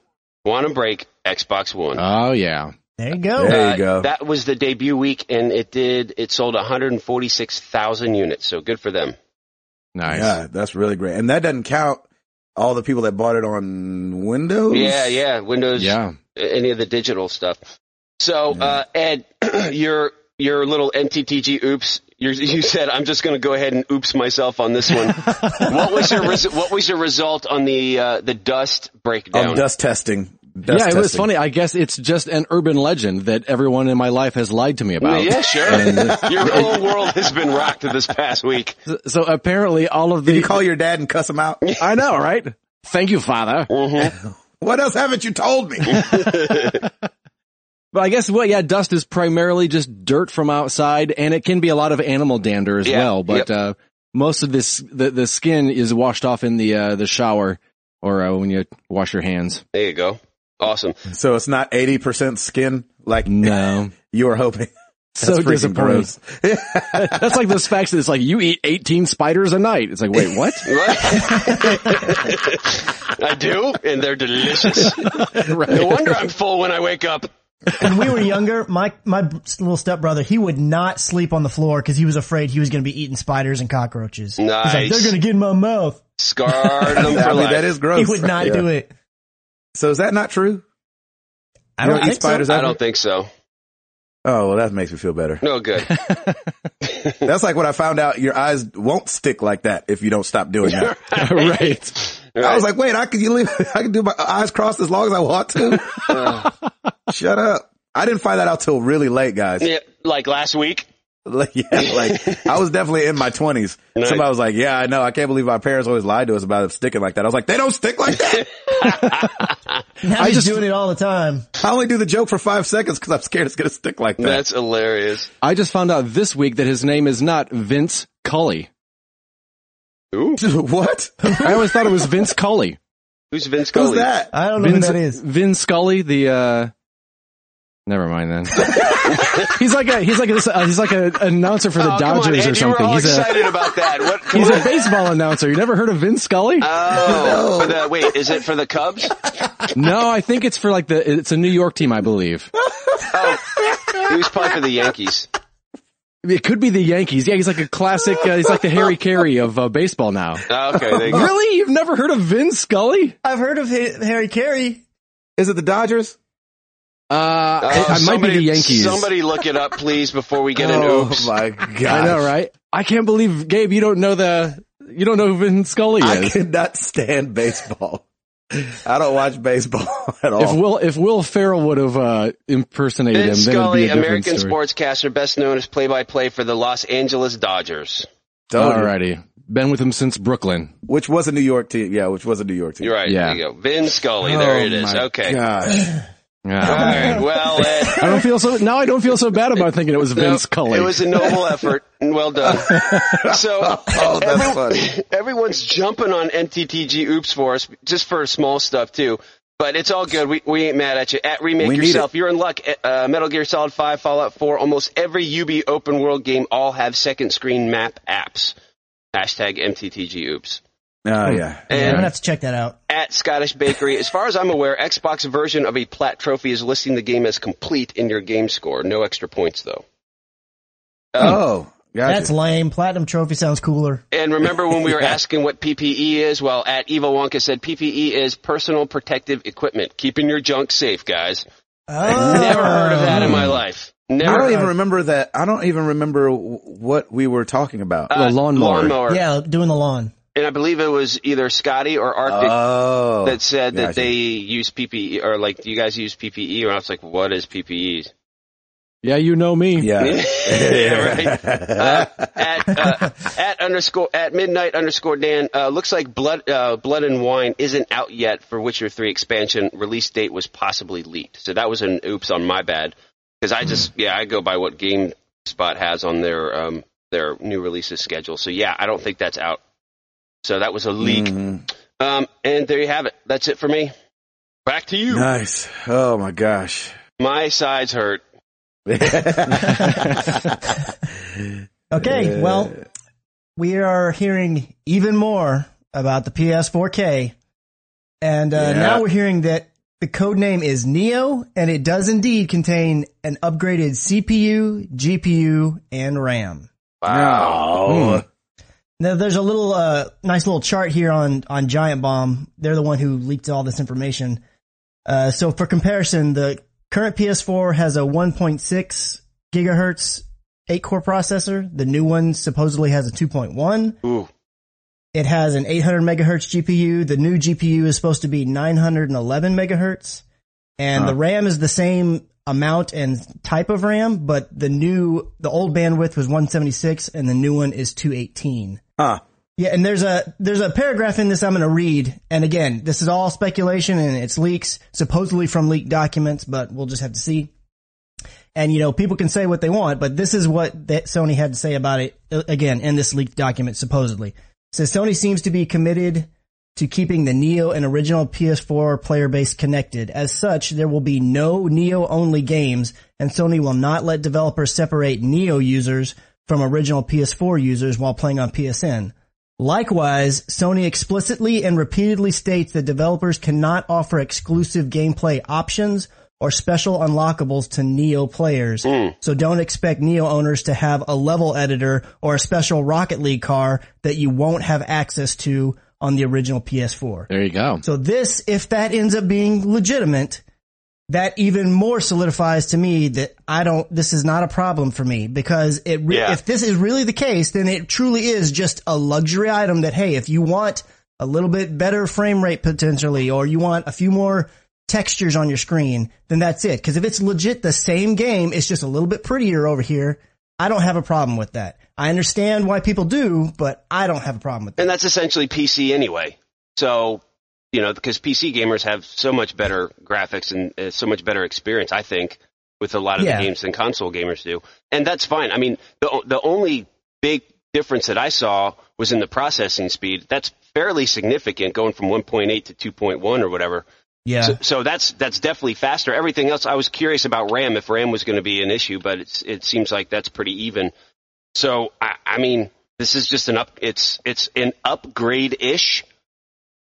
Quantum Break, Xbox One. Oh yeah. there you go. Uh, There Uh, you go. That was the debut week, and it did. It sold 146,000 units, so good for them. Nice. Yeah, that's really great. And that doesn't count all the people that bought it on Windows. Yeah, yeah. Windows, Yeah. any of the Mm-hmm. <clears throat> digital stuff. So, uh, Ed, your your little MTTG oops You're, you said I'm just going to go ahead and oops myself on <laughs> this one. what was your res- what was your result on the uh, the dust breakdown? Oh, dust testing. Dust yeah, it was testing. funny. I guess it's just an urban legend that everyone in my life has lied to me about. Yeah, sure. <laughs> your whole world has been rocked this past week. <laughs> So apparently all of Did you the, call your dad and cuss him out? I know, right? Thank you, father. Mm-hmm. What else haven't you told <laughs> me? But I guess well, yeah, dust is primarily just dirt from outside, and it can be a lot of animal dander as Yeah, well. But yep. uh, most of this, the the skin is washed off in the uh, the shower or uh, when you wash your hands. There you go. Awesome. so it's not 80% skin like No, <laughs> you were hoping. That's so freaking disappointing. gross. <laughs> That's like those facts that it's like you eat eighteen spiders a night. It's like wait, what? What? <laughs> I do, and they're delicious. No wonder I'm full when I wake up. when we were younger, my my little stepbrother, he would not sleep on the floor because he was afraid he was going to be eating spiders and cockroaches. He's like, Nice. they're going to get in my mouth. Scarred them I for mean, life. that is gross. He would not Yeah. do it. So is that not true? I don't think so. I don't think so. Oh, well, that makes me feel better. No good. That's like when I found out your eyes won't stick like that if you don't stop doing that. <laughs> right. I was like, wait, I could you leave, <laughs> I could do my eyes crossed as long as I want to. <laughs> Shut up. I didn't find that out till really late, guys. Yeah, like last week. <laughs> Like, yeah, <laughs> like I was definitely in my twenties. Nice. Somebody was like, "Yeah, I know. I can't believe our parents always lied to us about it sticking like that." I was like, "They don't stick like that. <laughs> Now I he's just- doing it all the time. I only do the joke for five seconds because I'm scared it's gonna stick like that." That's hilarious. I just found out this week that his name is not Vince Cully. Ooh, <laughs> what? I always thought it was Vince Cully. who's Vince Scully? Who's that? I don't know Vin, who that is. Vin Scully, the uh Never mind then. <laughs> he's like a he's like a, uh, he's like an announcer for the Oh, come on, Dodgers Andy, or You something. were all He's a excited about that. What? come he's a on. baseball announcer. You never heard of <laughs> Vin Scully? Oh, for the, wait, is it for the Cubs? no, I think it's for like the it's a New York team, I believe. Oh, He was probably for the Yankees. It could be the Yankees. Yeah, he's like a classic. Uh, he's like the Harry Carey of uh, baseball now. Oh, okay, there you go. Really, you've never heard of Vin Scully? I've heard of Ha- Harry Carey. Is it the Dodgers? Uh, Oh, <laughs> I, I might be the Yankees. Somebody look it up, please, before we get an oh oops. my god! <laughs> I know, right? I can't believe Gabe. You don't know the you don't know who Vin Scully is. I cannot stand baseball. I don't watch baseball <laughs> at all. If Will if Will Ferrell would have uh, impersonated Oh. Ben him, then it'd be a Scully, different American story. sportscaster, best known as play-by-play for the Los Angeles Dodgers. Told you. Alrighty, been with him <laughs> since Brooklyn. Which was a New York team. Yeah, which was a New York team. You're right. Yeah. There you go. Vin Scully. there Oh it is. my <clears throat> Okay. Gosh. All Yeah. right. Well, it, Ah. I don't feel so now. I don't feel so bad about thinking it was Vince Scully. it was a <laughs> noble effort. and Well done. So Oh, that's funny. everyone's jumping on NTTG Oops for us, just for small stuff too. But it's all good. We, we ain't mad at you. At remake We need yourself, you're in luck. Uh, Metal Gear Solid Five, Fallout Four, almost every UB open world game all have second screen map apps. Hashtag MTTG Oops. Oh yeah. I'm And gonna have to check that out. at Scottish Bakery. As far as I'm aware, Xbox version of a plat trophy is listing the game as complete in your game score. No extra points though. Oh, gotcha. That's lame. Platinum trophy sounds cooler. And remember when we were asking what PPE is? Well, at Evil Wonka said PPE is personal protective equipment, keeping your junk safe, guys. Oh. Never heard of that in my life. I Never. don't even remember that. I don't even remember w- what we were talking about. the lawnmower. Uh, Lawnmower. Yeah, doing the lawn. And I believe it was either Scotty or Arctic oh, that said that gotcha. they use PPE or like, do you guys use PPE? And I was like, what is E?" PPE? yeah, you know <laughs> me. Yeah. <laughs> <laughs> Uh, at, uh, at underscore at midnight underscore Dan. Uh, looks like blood uh, blood and wine isn't out yet for Witcher three expansion. Release date was possibly leaked, so that was an oops on my bad because I just yeah I go by what GameSpot has on their um their new releases schedule. So yeah, I don't think that's out. So that was a leak. Mhm. Um, and there you have it. That's it for me. Back to you. Nice. Oh my <laughs> gosh. Hmm. My sides hurt. Okay, well, we are hearing even more about the PS4K, and uh, Yeah. now we're hearing that the code name is Neo, and it does indeed contain an upgraded CPU, GPU, and RAM. Wow. Now, there's a little uh, nice little chart here on on Giant Bomb. They're the one who leaked all this information. Uh, so for comparison, the current PS4 has a 1.6 gigahertz eight core processor. The new one supposedly has a 2.1. Ooh. It has an 800 megahertz GPU. The new GPU is supposed to be 911 megahertz. And the RAM is the same amount and type of RAM, but the new, the old bandwidth was 176 and the new one is 218. Huh. Yeah, and there's a there's a paragraph in this I'm going to read, and again, this is all speculation and it's leaks, supposedly from leaked documents, but we'll just have to see. And you know, people can say what they want, but this is what that Sony had to say about it. uh, Again, in this leaked document, supposedly says Sony seems to be committed to keeping the Neo and original PS4 player base connected. As such, there will be no Neo only games, and Sony will not let developers separate Neo users from original PS4 users while playing on PSN. Likewise, Sony explicitly and repeatedly states that developers cannot offer exclusive gameplay options or special unlockables to Neo players. So don't expect Neo owners to have a level editor or a special Rocket League car that you won't have access to on the original PS4. There you go. So this, if that ends up being legitimate, that even more solidifies to me that I don't, this is not a problem for me because it, re- Yeah. if this is really the case, then it truly is just a luxury item that, hey, if you want a little bit better frame rate potentially, or you want a few more textures on your screen, then that's it. Cause if it's legit the same game, it's just a little bit prettier over here. I don't have a problem with that. I understand why people do, but I don't have a problem with that. And that's essentially PC anyway. So, you know, because PC gamers have so much better graphics and uh, so much better experience, I think, with a lot of Yeah. the games than console gamers do. And that's fine. I mean, the, o- the only big difference that I saw was in the processing speed. That's fairly significant going from 1.8 to 2.1 or whatever. Yeah. So, so that's that's definitely faster. Everything else, I was curious about RAM if RAM was going to be an issue, but it's it seems like that's pretty even. So I, I mean, this is just an up. It's it's an upgrade ish.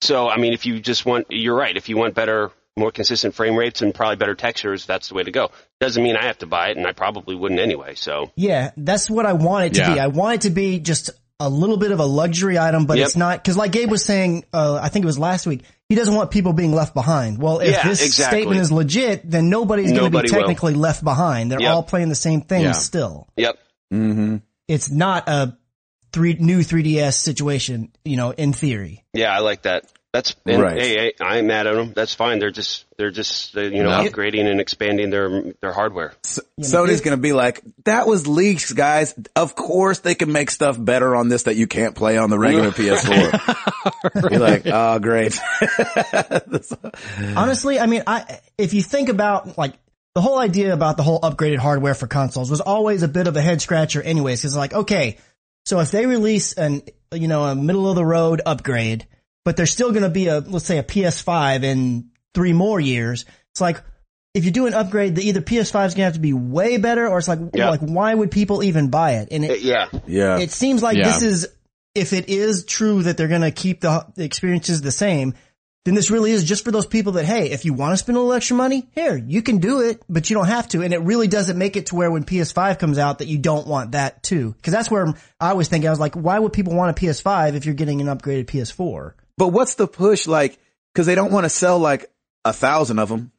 So I mean, if you just want, you're right. If you want better, more consistent frame rates and probably better textures, that's the way to go. Doesn't mean I have to buy it, and I probably wouldn't anyway. So Yeah, that's what I want it to Yeah. be. I want it to be just a little bit of a luxury item, but Yep. it's not because, like Gabe was saying, uh, I think it was last week. He doesn't want people being left behind. Well, if Yeah, this exactly. statement is legit, then nobody's going to be Nobody will. technically left behind. They're Yep. all playing the same thing Yeah. still. yep, Mm-hmm. It's not a three new 3DS situation, you know, in theory. yeah, I like that. That's and, Right. Hey, hey, I ain't mad at them. That's fine. They're just they're just uh, you know No. upgrading and expanding their their hardware. Sony's going to be like, that was leaks, guys. Of course they can make stuff better on this that you can't play on the regular <laughs> PS4. <laughs> You're like, oh, great. <laughs> Honestly, I mean, I if you think about like the whole idea about the whole upgraded hardware for consoles was always a bit of a head scratcher, anyways. Because like, okay, so if they release an you know a middle of the road upgrade, but there's still going to be a let's say a PS5 in three more years, it's like if you do an upgrade, the either PS5 is going to have to be way better, or it's like Yeah. like why would people even buy it? And it, Yeah. yeah. it seems like Yeah. this is if it is true that they're going to keep the the experiences the same then this really is just for those people that hey if you want to spend a little extra money here you can do it but you don't have to and it really doesn't make it to where when ps5 comes out that you don't want that too because that's where i was thinking i was like why would people want a ps5 if you're getting an upgraded ps4 But what's the push? Like, cause they don't want to sell like a thousand of them.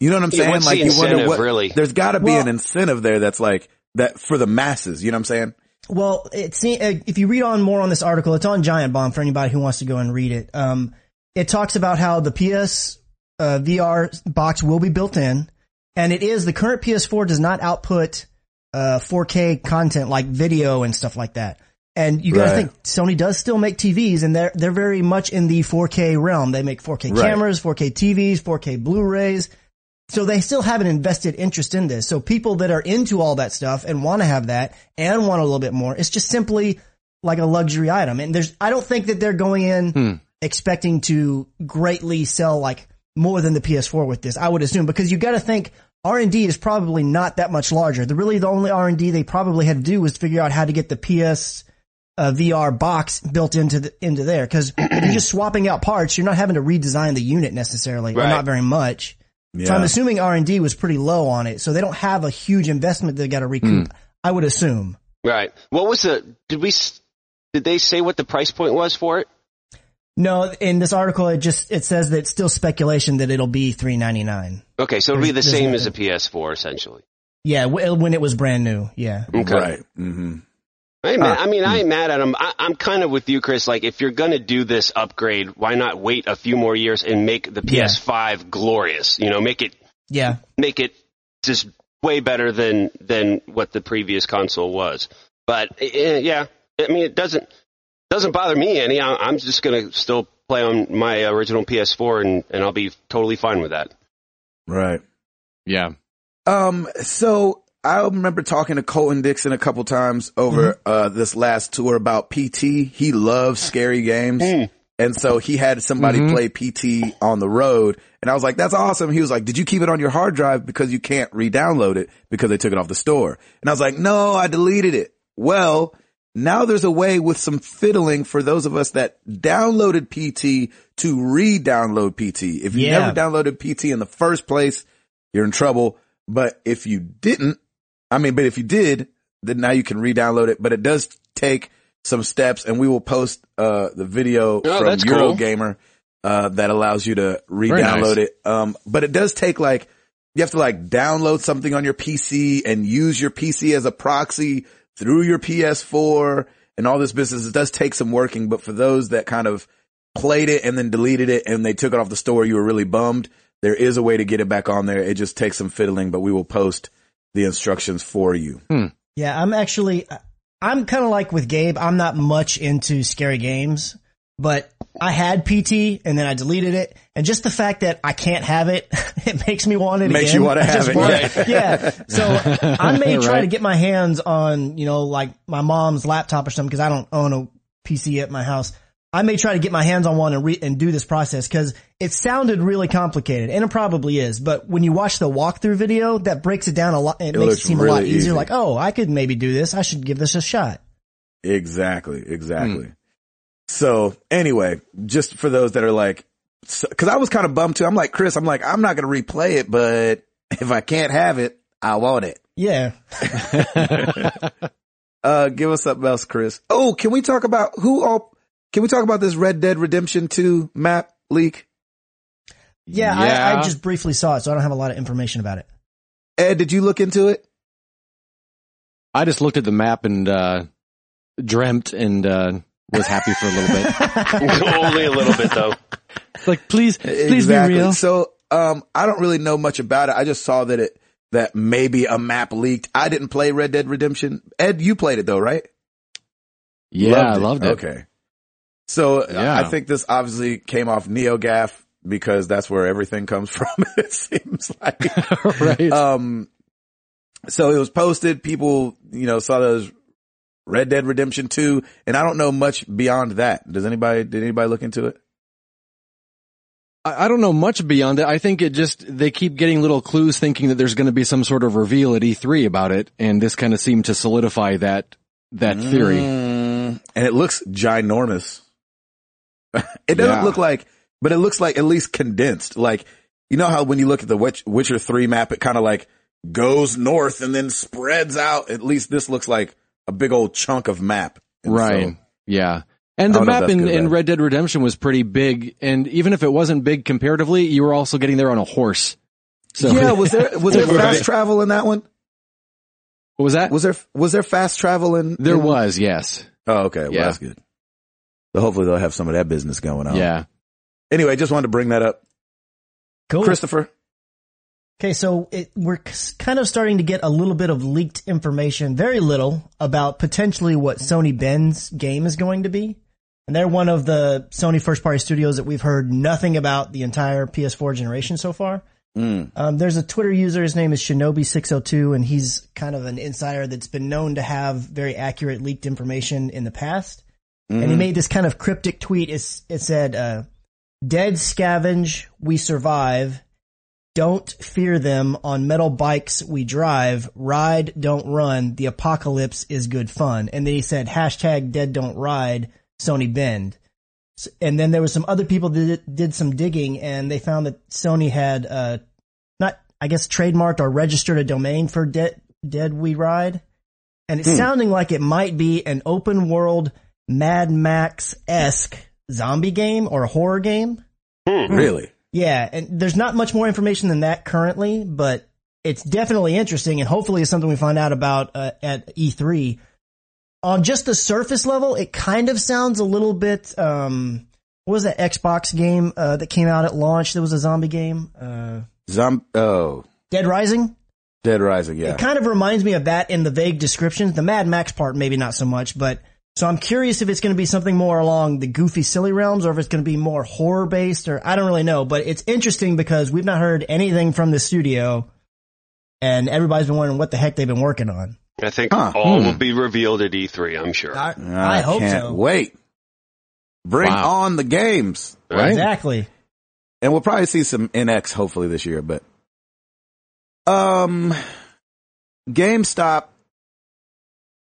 You know what I'm Yeah, saying? what's like the you wonder incentive, what, really? there's gotta be Well- an incentive there that's like, that for the masses, you know what I'm saying? Well, it se- uh if you read on more on this article, it's on Giant Bomb for anybody who wants to go and read it. Um, it talks about how the PS uh, VR box will be built in, and it is the current PS4 does not output uh, 4K content like video and stuff like that. And you got to Right. think Sony does still make TVs, and they're they're very much in the 4K realm. They make 4K Right. cameras, 4K TVs, 4K Blu-rays. So they still have an invested interest in this. So people that are into all that stuff and want to have that and want a little bit more, it's just simply like a luxury item. And there's, I don't think that they're going in expecting to greatly sell like more than the PS4 with this. I would assume because you got to think R&D is probably not that much larger. The really the only R&D they probably had to do was figure out how to get the PS uh, VR box built into the, into there because you're just swapping out parts. You're not having to redesign the unit necessarily, or Right. not very much. So I'm assuming R and D was pretty low on it, so they don't have a huge investment they got to recoup. I would assume. Right. What was the? Did we? s- Did they say what the price point was for it? No, in this article, it just it says that it's still speculation that it'll be three ninety nine. Okay, so it'll be the There's- same there's as a PS4 essentially. Yeah, w- when it was brand new. Yeah. Okay. Right. Mm-hmm. I, ain't mad- I mean, I ain't mad at him. I, I'm kind of with you, Chris. Like, if you're gonna do this upgrade, why not wait a few more years and make the Yeah. PS5 glorious? You know, make it Yeah. make it just way better than than what the previous console was. But eh, yeah, I mean, it doesn't doesn't bother me any. I- I'm just gonna still play on my original PS4, and and I'll be totally fine with that. Right. <laughs> Yeah. Um, so I remember talking to Colton Dixon a couple times over uh this last tour about PT. He loves scary games. Mm. And so he had somebody Mhm. play PT on the road. And I was like, that's awesome. He was like, did you keep it on your hard drive because you can't re-download it because they took it off the store? And I was like, no, I deleted it. Well, now there's a way with some fiddling for those of us that downloaded PT to re-download PT. If you Yeah. never downloaded PT in the first place, you're in trouble. But if you didn't, I mean, but if you did, then now you can re-download it. But it does take some steps, and we will post uh the video Oh, from that's cool. Eurogamer uh, that allows you to re-download nice. it. Um, but it does take like you have to like download something on your PC and use your PC as a proxy through your PS4 and all this business. It does take some working, but for those that kind of played it and then deleted it and they took it off the store, you were really bummed. There is a way to get it back on there. It just takes some fiddling, but we will post the instructions for you. Yeah, I'm actually, I'm kind of like with Gabe. I'm not much into scary games, but I had PT and then I deleted it. And just the fact that I can't have it, <laughs> it makes me want it Makes again. you wanna I have just it, yeah. want Yeah. <laughs> So I may try Right. to get my hands on, you know, like my mom's laptop or something because I don't own a PC at my house. I may try to get my hands on one and, re- and do this process because it sounded really complicated and it probably is. But when you watch the walkthrough video, that breaks it down a lot. It, makes it looks seem a really lot easier. easy. Like, oh, I could maybe do this. I should give this a shot. Exactly, Hmm. exactly. So anyway, just for those that are like, so, cause I was kind of bummed too. I'm like, Chris, I'm like, I'm not going to replay it, but if I can't have it, I want it. Yeah. Uh, give us something else, Chris. Oh, can we talk about who all, can we talk about this Red Dead Redemption 2 map leak? Yeah. I, I just briefly saw it, so I don't have a lot of information about it. Ed, did you look into it? I just looked at the map and uh, dreamt and uh, was happy for a little bit. <laughs> Only a little bit though. <laughs> It's like, please, Uh, please be real. So, um, I don't really know much about it. I just saw that it, that maybe a map leaked. I didn't play Red Dead Redemption. Ed, you played it though, right? Yeah, I loved it. Okay. So Yeah. I think this obviously came off NeoGAF because that's where everything comes <laughs> from. it seems <laughs> like. right. Uh, Um, so it was posted. People, you know, saw those Red Dead Redemption 2 and I don't know much beyond that. Does anybody, did anybody look into it? I, I don't know much beyond that. I think it just they keep getting little clues, thinking that there's going to be some sort of reveal at E3 about it, and this kind of seemed to solidify that that theory. Mm, and it looks ginormous. <laughs> it doesn't Yeah. look like, but it looks like at least condensed. Like, you know how when you look at the Witch, Witcher 3 map, it kind of like goes north and then spreads out. At least this looks like a big old chunk of map. And Right. so- yeah. And I the don't know if map that's in, good or in bad. Red Dead Redemption was pretty big, and even if it wasn't big comparatively, you were also getting there on a horse. So <laughs> yeah. Was there, was there Right. fast travel in that one? what was that? Was there, was there fast travel in? there in- was, yes. Oh, okay. Well, Yeah. that's good. So hopefully they'll have some of that business going on. Yeah. Anyway, just wanted to bring that up. Oh. Cool. Christopher. Okay, so it, we're c- kind of starting to get a little bit of leaked information, very little, about potentially what Sony Ben's game is going to be. And they're one of the Sony first party studios that we've heard nothing about the entire PS4 generation so far. Mm. Um, there's a Twitter user, his name is Shinobi602, and he's kind of an insider that's been known to have very accurate leaked information in the past and he made this kind of cryptic tweet. It's, it said, uh, "Dead scavenge, we survive. Don't fear them. On metal bikes we drive. Ride, don't run. The apocalypse is good fun." And then he said, "Hashtag Dead Don't Ride, Sony Bend." S- And then there was some other people that did some digging, and they found that Sony had uh, not, I guess, trademarked or registered a domain for Dead Dead We Ride, and it's sounding like it might be an open world Mad Max esque zombie game or a horror game. Really? Yeah, and there's not much more information than that currently, but it's definitely interesting and hopefully is something we find out about uh, at E3. On just the surface level, it kind of sounds a little bit, um, what was that Xbox game, uh, that came out at launch? There was a zombie game, uh, Zom- oh, Dead Rising. Dead Rising, yeah. It kind of reminds me of that in the vague descriptions. The Mad Max part, maybe not so much, but so I'm curious if it's going to be something more along the goofy, silly realms or if it's going to be more horror based or I don't really know, but it's interesting because we've not heard anything from the studio and everybody's been wondering what the heck they've been working on. I think Huh. all Hmm. will be revealed at E3. I'm sure. I, I, I hope can't so. wait. Bring Wow. on the games. Right? Exactly. And we'll probably see some NX hopefully this year, but um GameStop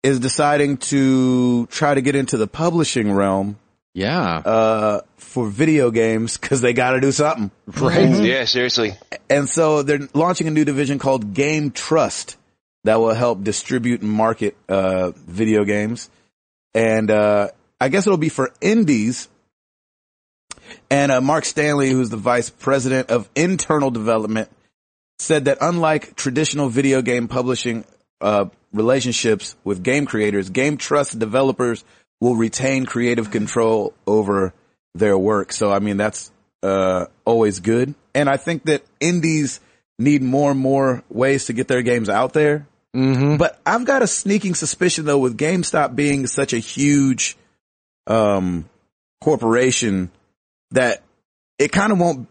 is deciding to try to get into the publishing realm Yeah. uh for video games cuz they got to do something. Right. Yeah, seriously. And so they're launching a new division called Game Trust that will help distribute and market uh, video games. And uh, I guess it'll be for indies. And uh, Mark Stanley, who's the vice president of internal development, said that unlike traditional video game publishing uh, relationships with game creators, Game Trust developers will retain creative control over their work. So, I mean, that's uh, always good. And I think that indies need more and more ways to get their games out there. Mm-hmm. But I've got a sneaking suspicion though, with GameStop being such a huge, um, corporation that it kind of won't,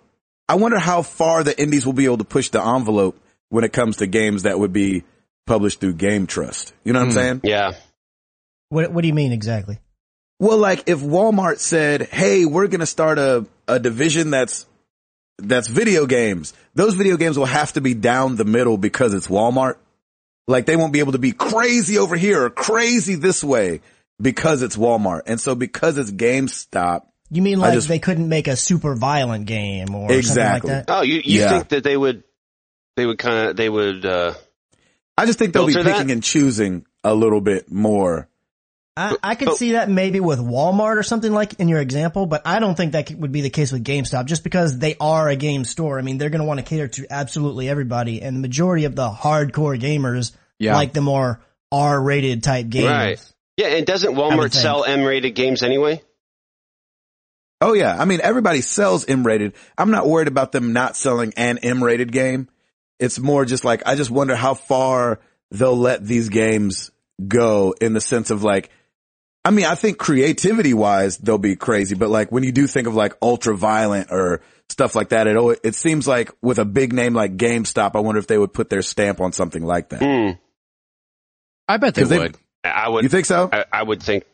I wonder how far the indies will be able to push the envelope when it comes to games that would be published through Game Trust. You know what I'm Hmm. saying? Yeah. What, what do you mean exactly? Well, like if Walmart said, "Hey, we're going to start a a division that's that's video games." Those video games will have to be down the middle because it's Walmart. Like they won't be able to be crazy over here or crazy this way because it's Walmart. And so because it's GameStop, You mean like just- they couldn't make a super violent game or Exactly. something like that? Oh, you you Yeah. think that they would? They would kind of. They would. uh I just think they'll be Filter picking that? and choosing a little bit more. I, I could but- see that maybe with Walmart or something like in your example, but I don't think that would be the case with GameStop just because they are a game store. I mean, they're going to want to cater to absolutely everybody and the majority of the hardcore gamers Yeah. like the more R rated type games. Right. Yeah, and doesn't Walmart think. sell M-rated games anyway? Oh yeah, I mean everybody sells M-rated. I'm not worried about them not selling an M-rated game. It's more just like I just wonder how far they'll let these games go in the sense of like I mean, I think creativity wise they'll be crazy, but like when you do think of like ultra violent or stuff like that, it al- it seems like with a big name like GameStop, I wonder if they would put their stamp on something like that. Hmm. I bet they 'Cause they- would. I- I would. You think so? I, I would think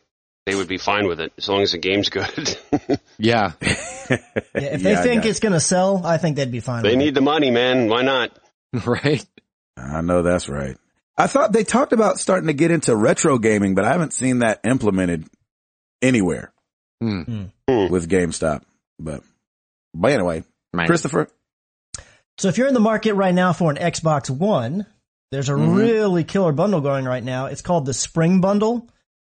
they would be fine with it as long as the game's good. <laughs> Yeah. <laughs> <laughs> Yeah, if they Yeah, I think got it's going to sell, I think they'd be fine. they with need the money, man. Why not? right. I know that's right. I thought they talked about starting to get into retro gaming, but I haven't seen that implemented anywhere Hmm. with GameStop. But, but anyway, Right. Christopher, So if you're in the market right now for an Xbox One, there's a Mm-hmm. really killer bundle going right now. It's called the Spring Bundle,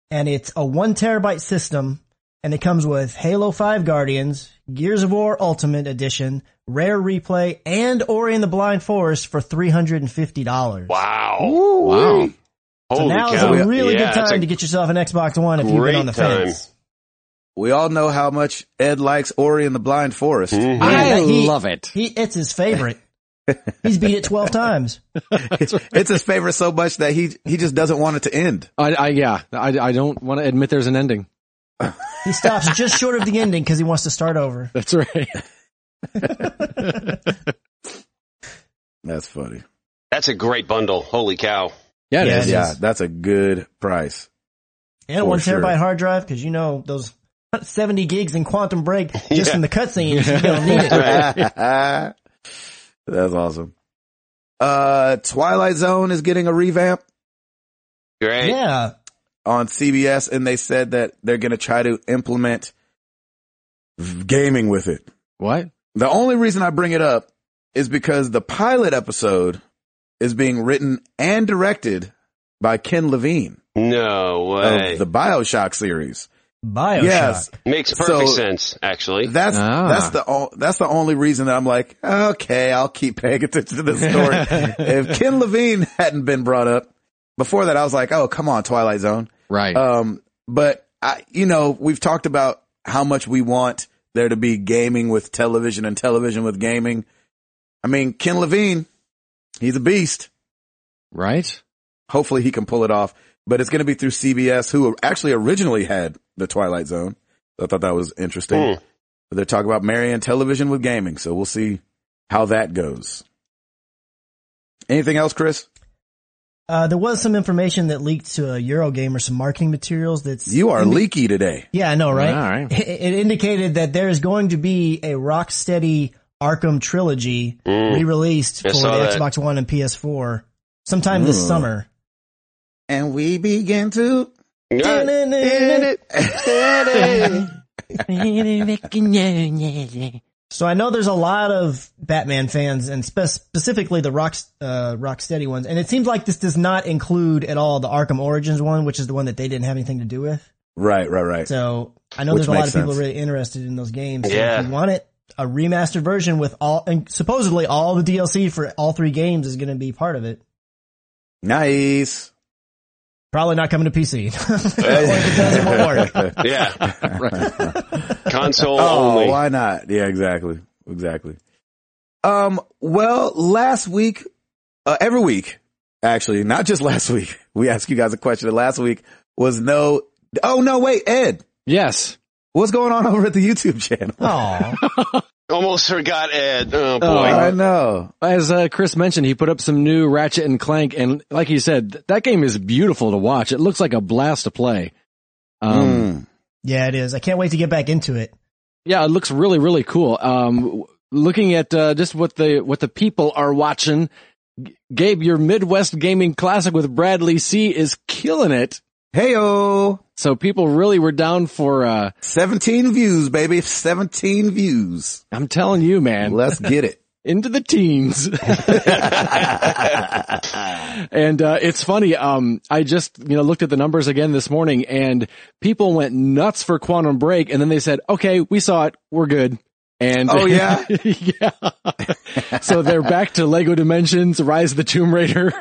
and it's a one terabyte system, and it comes with Halo 5 Guardians, Gears of War Ultimate Edition, Rare Replay, and Ori in the Blind Forest for $350. Wow. Wow. So Holy now is cow. a really good Yeah, that's time a- to get yourself an Xbox One if you've been great on the time. fence. we all know how much Ed likes Ori and the Blind Forest. <laughs> Mhm. I Yeah, he- love it. He, it's his <laughs> favorite. He's beat it 12 times. It's his favorite so much that he, he just doesn't want it to end. I, I yeah. I, I don't want to admit there's an ending. <laughs> He stops just short of the ending because he wants to start over. That's right. That's funny. That's a great bundle. Holy cow. Yeah, it Yeah, is. it Yeah, is. that's a good price. And a For one sure. terabyte hard drive because you know those seventy gigs in <laughs> Quantum Break just Yeah. in the cutscenes you don't need it. that's awesome. Uh, Twilight Zone is getting a revamp. Great. Yeah, on CBS and they said that they're going to try to implement v- gaming with it. What? The only reason I bring it up is because the pilot episode is being written and directed by Ken Levine No way. Oh, of the BioShock series. Bioshock. Yes. Makes perfect So- sense, actually. That's Ah. that's the o- that's the only reason that I'm like, okay, I'll keep paying attention to this <laughs> story. if Ken Levine hadn't been brought up before that, I was like, oh, come on, Twilight Zone. Right. Um, but I, you know, we've talked about how much we want there to be gaming with television and television with gaming. I mean, Ken Levine, he's a beast. right. Hopefully he can pull it off, but it's going to be through CBS who actually originally had the Twilight Zone. I thought that was interesting. Hmm. But they're talking about marrying television with gaming. So we'll see how that goes. Anything else, Chris? Uh, there was some information that leaked to a Eurogame or some marketing materials that's. You are leaky today. Yeah, I know, right? All right. It, it indicated that there is going to be a Rocksteady Arkham trilogy re-released I for saw the that. Xbox One and PS4 sometime this Ooh. summer. And we begin to. Yeah. <laughs> So I know there's a lot of Batman fans and spe- specifically the Rock, uh, Rocksteady ones. And it seems like this does not include at all the Arkham Origins one, which is the one that they didn't have anything to do with. Right, right, right. So I know Which there's a lot of makes people sense. really interested in those games. So Yeah. If you want it, a remastered version with all, and supposedly all the DLC for all three games is going to be part of it. nice. Probably not coming to PC. <laughs> Or if it does, it <laughs> won't work. <laughs> yeah. Console Oh, only. why not? Yeah, exactly. Exactly. Um, well, last week, uh, every week, actually, not just <laughs> last week, we asked you guys a question and last week was no, oh no, wait, Ed, Yes. what's going on <laughs> over at the YouTube channel? Aw. Almost forgot Ed. Oh boy. Oh, I know. As uh, Chris mentioned, he put up some new Ratchet and Clank, and like he said, th- that game is beautiful to watch. It looks like a blast to play. Um, Mm. Yeah, it is. I can't wait to get back into <laughs> it. Yeah, it looks really, really cool. Um, w- looking at uh, just what the what the people are watching, G- Gabe, your Midwest gaming classic with Bradley C is killing it. Heyo. So people really were down for. Uh, 17 views, baby. 17 views. I'm telling you, man, Let's get <laughs> it. into <laughs> the teens. and uh, it's funny. Um, I just you know looked at the numbers again this morning, and people went nuts for Quantum Break, and then they said, "Okay, we saw it. We're good." And Oh, <laughs> yeah? yeah. so they're back to Lego Dimensions, Rise of the Tomb Raider.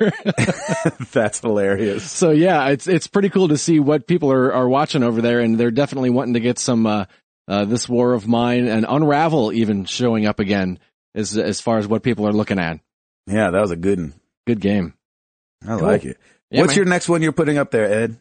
<laughs> That's hilarious. so yeah, it's it's pretty cool to see what people are are watching over there, and they're definitely wanting to get some uh, uh, this War of Mine and Unravel even showing up again as as far as what people are looking at. Yeah, that was a good one. Good game. I like it. Yeah, What's man. your next one you're putting up there, Ed?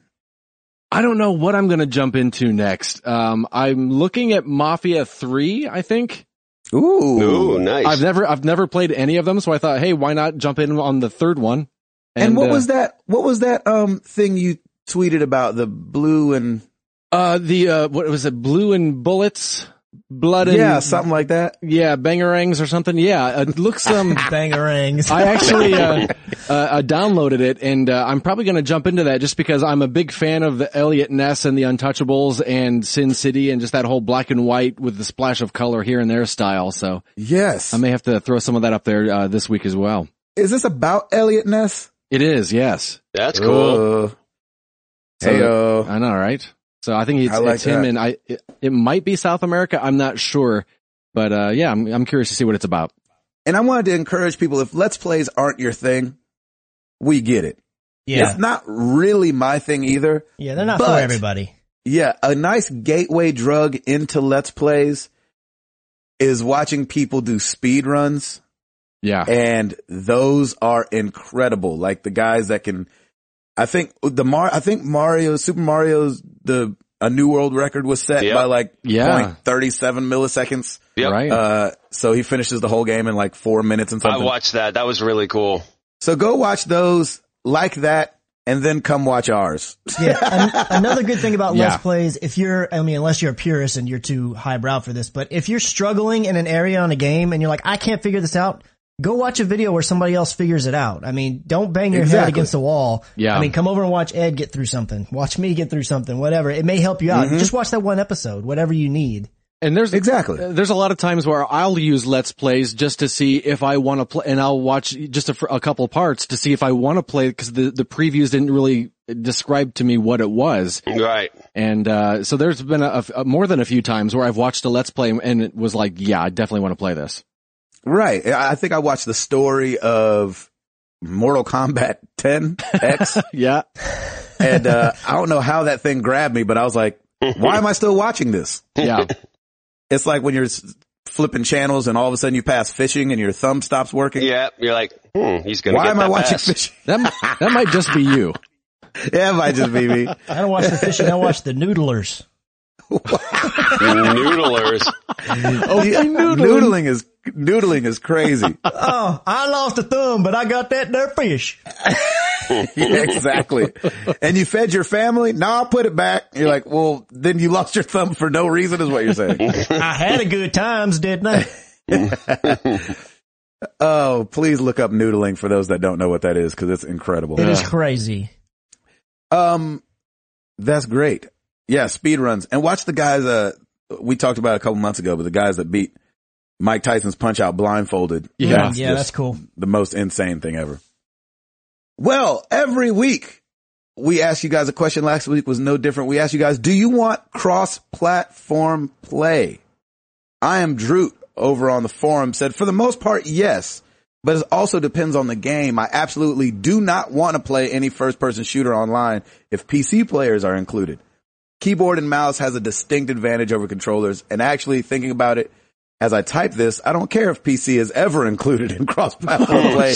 I don't know what I'm going to jump into next. Um, I'm looking at Mafia 3, I think. Ooh. Ooh, nice. I've never, I've never played any of them. So I thought, Hey, why not jump in on the third one? And, what uh, was that? What was that um thing you tweeted about the blue and uh, the, uh, what was it? Blue and bullets, blood and, yeah something like that? yeah, bangerangs or something. Yeah. It looks, um, Bangerangs. I <laughs> actually uh, uh, uh, downloaded it, and uh, I'm probably going to jump into that just because I'm a big fan of the Elliot Ness and the Untouchables and Sin City and just that whole black and white with the splash of color here and there style. So Yes. I may have to throw some of that up there uh, this week as well. Is this about Elliot Ness? It is, yes. That's cool. Uh, heyo. I know, right? So I think it's, I like it's him, that. and I. It, it might be South America. I'm not sure, but uh, yeah, I'm I'm curious to see what it's about. And I wanted to encourage people if let's plays aren't your thing, we get it. yeah. It's not really my thing either. Yeah, they're not But- for <laughs> everybody. Yeah, a nice gateway drug into Let's Plays is watching people do speed runs Yeah, and those are incredible. Like the guys that can, I think the Mar, I think Mario, Super Mario's the, a new world record was set Yeah. by like Yeah. point thirty seven 0.37 milliseconds. Yep. right. Uh, so he finishes the whole game in like four minutes and I something. watched that. That was really cool. so go watch those like that and then come watch ours. Yeah. An- another good thing about Yeah. Let's Plays, if you're, I mean, unless you're a purist and you're too highbrow for this, but if you're struggling in an area on a game and you're like, I can't figure this out, go watch a video where somebody else figures it out. I mean, don't bang your head Exactly. against the wall. Yeah. I mean, come over and watch Ed get through something. Watch me get through something, whatever. It may help you out. Just watch that one episode, whatever you need. And there's Exactly. uh, there's a lot of times where I'll use Let's Plays just to see if I want to play, and I'll watch just a, fr- a couple parts to see if I want to play because the the previews didn't really describe to me what it was, Right. And uh, so there's been a, a- more than a few times where I've watched a Let's Play and it was like, yeah, I definitely want to play this. Right. I I think I watched the story of Mortal Kombat 10 X Yeah, and, uh, I don't know how that thing grabbed me, but I was like, why am I still watching this? <laughs> yeah, It's like when you're s- flipping channels and all of a sudden you pass fishing and your thumb stops working. Yeah, you're like, hmm, he's gonna. Why get am that I watching bass. <laughs> fishing? that that might just be you. Yeah, it might just be <laughs> me. I don't watch the fishing. I watch the noodlers. Noodlers. Oh, noodling. is noodling is <laughs> crazy. <laughs> Oh, I lost a thumb, but I got that there fish. Yeah, exactly. And you fed your family? No, I'll put it back. You're like, well, then you lost your thumb for no reason, is what you're saying. <laughs> I had a good times, didn't I? Oh, please look up noodling for those that don't know what that is because it's incredible. <laughs> It is crazy. Um, that's great. Yeah, speed runs and watch the guys. Uh, we talked about it a couple months ago, but the guys that beat Mike Tyson's punch out blindfolded. Yeah. Yeah, that's yeah, just that's cool. the most insane thing ever. Well, every week we ask you guys a question. Last week was no different. We asked you guys, do you want cross-platform play? I am Droot over on the forum said, for the most part, yes, but it also depends on the game. I absolutely do not want to play any first-person shooter online if PC players are included. Keyboard and mouse has a distinct advantage over controllers, and actually thinking about it, as I type this, I don't care if PC is ever included in cross-platform play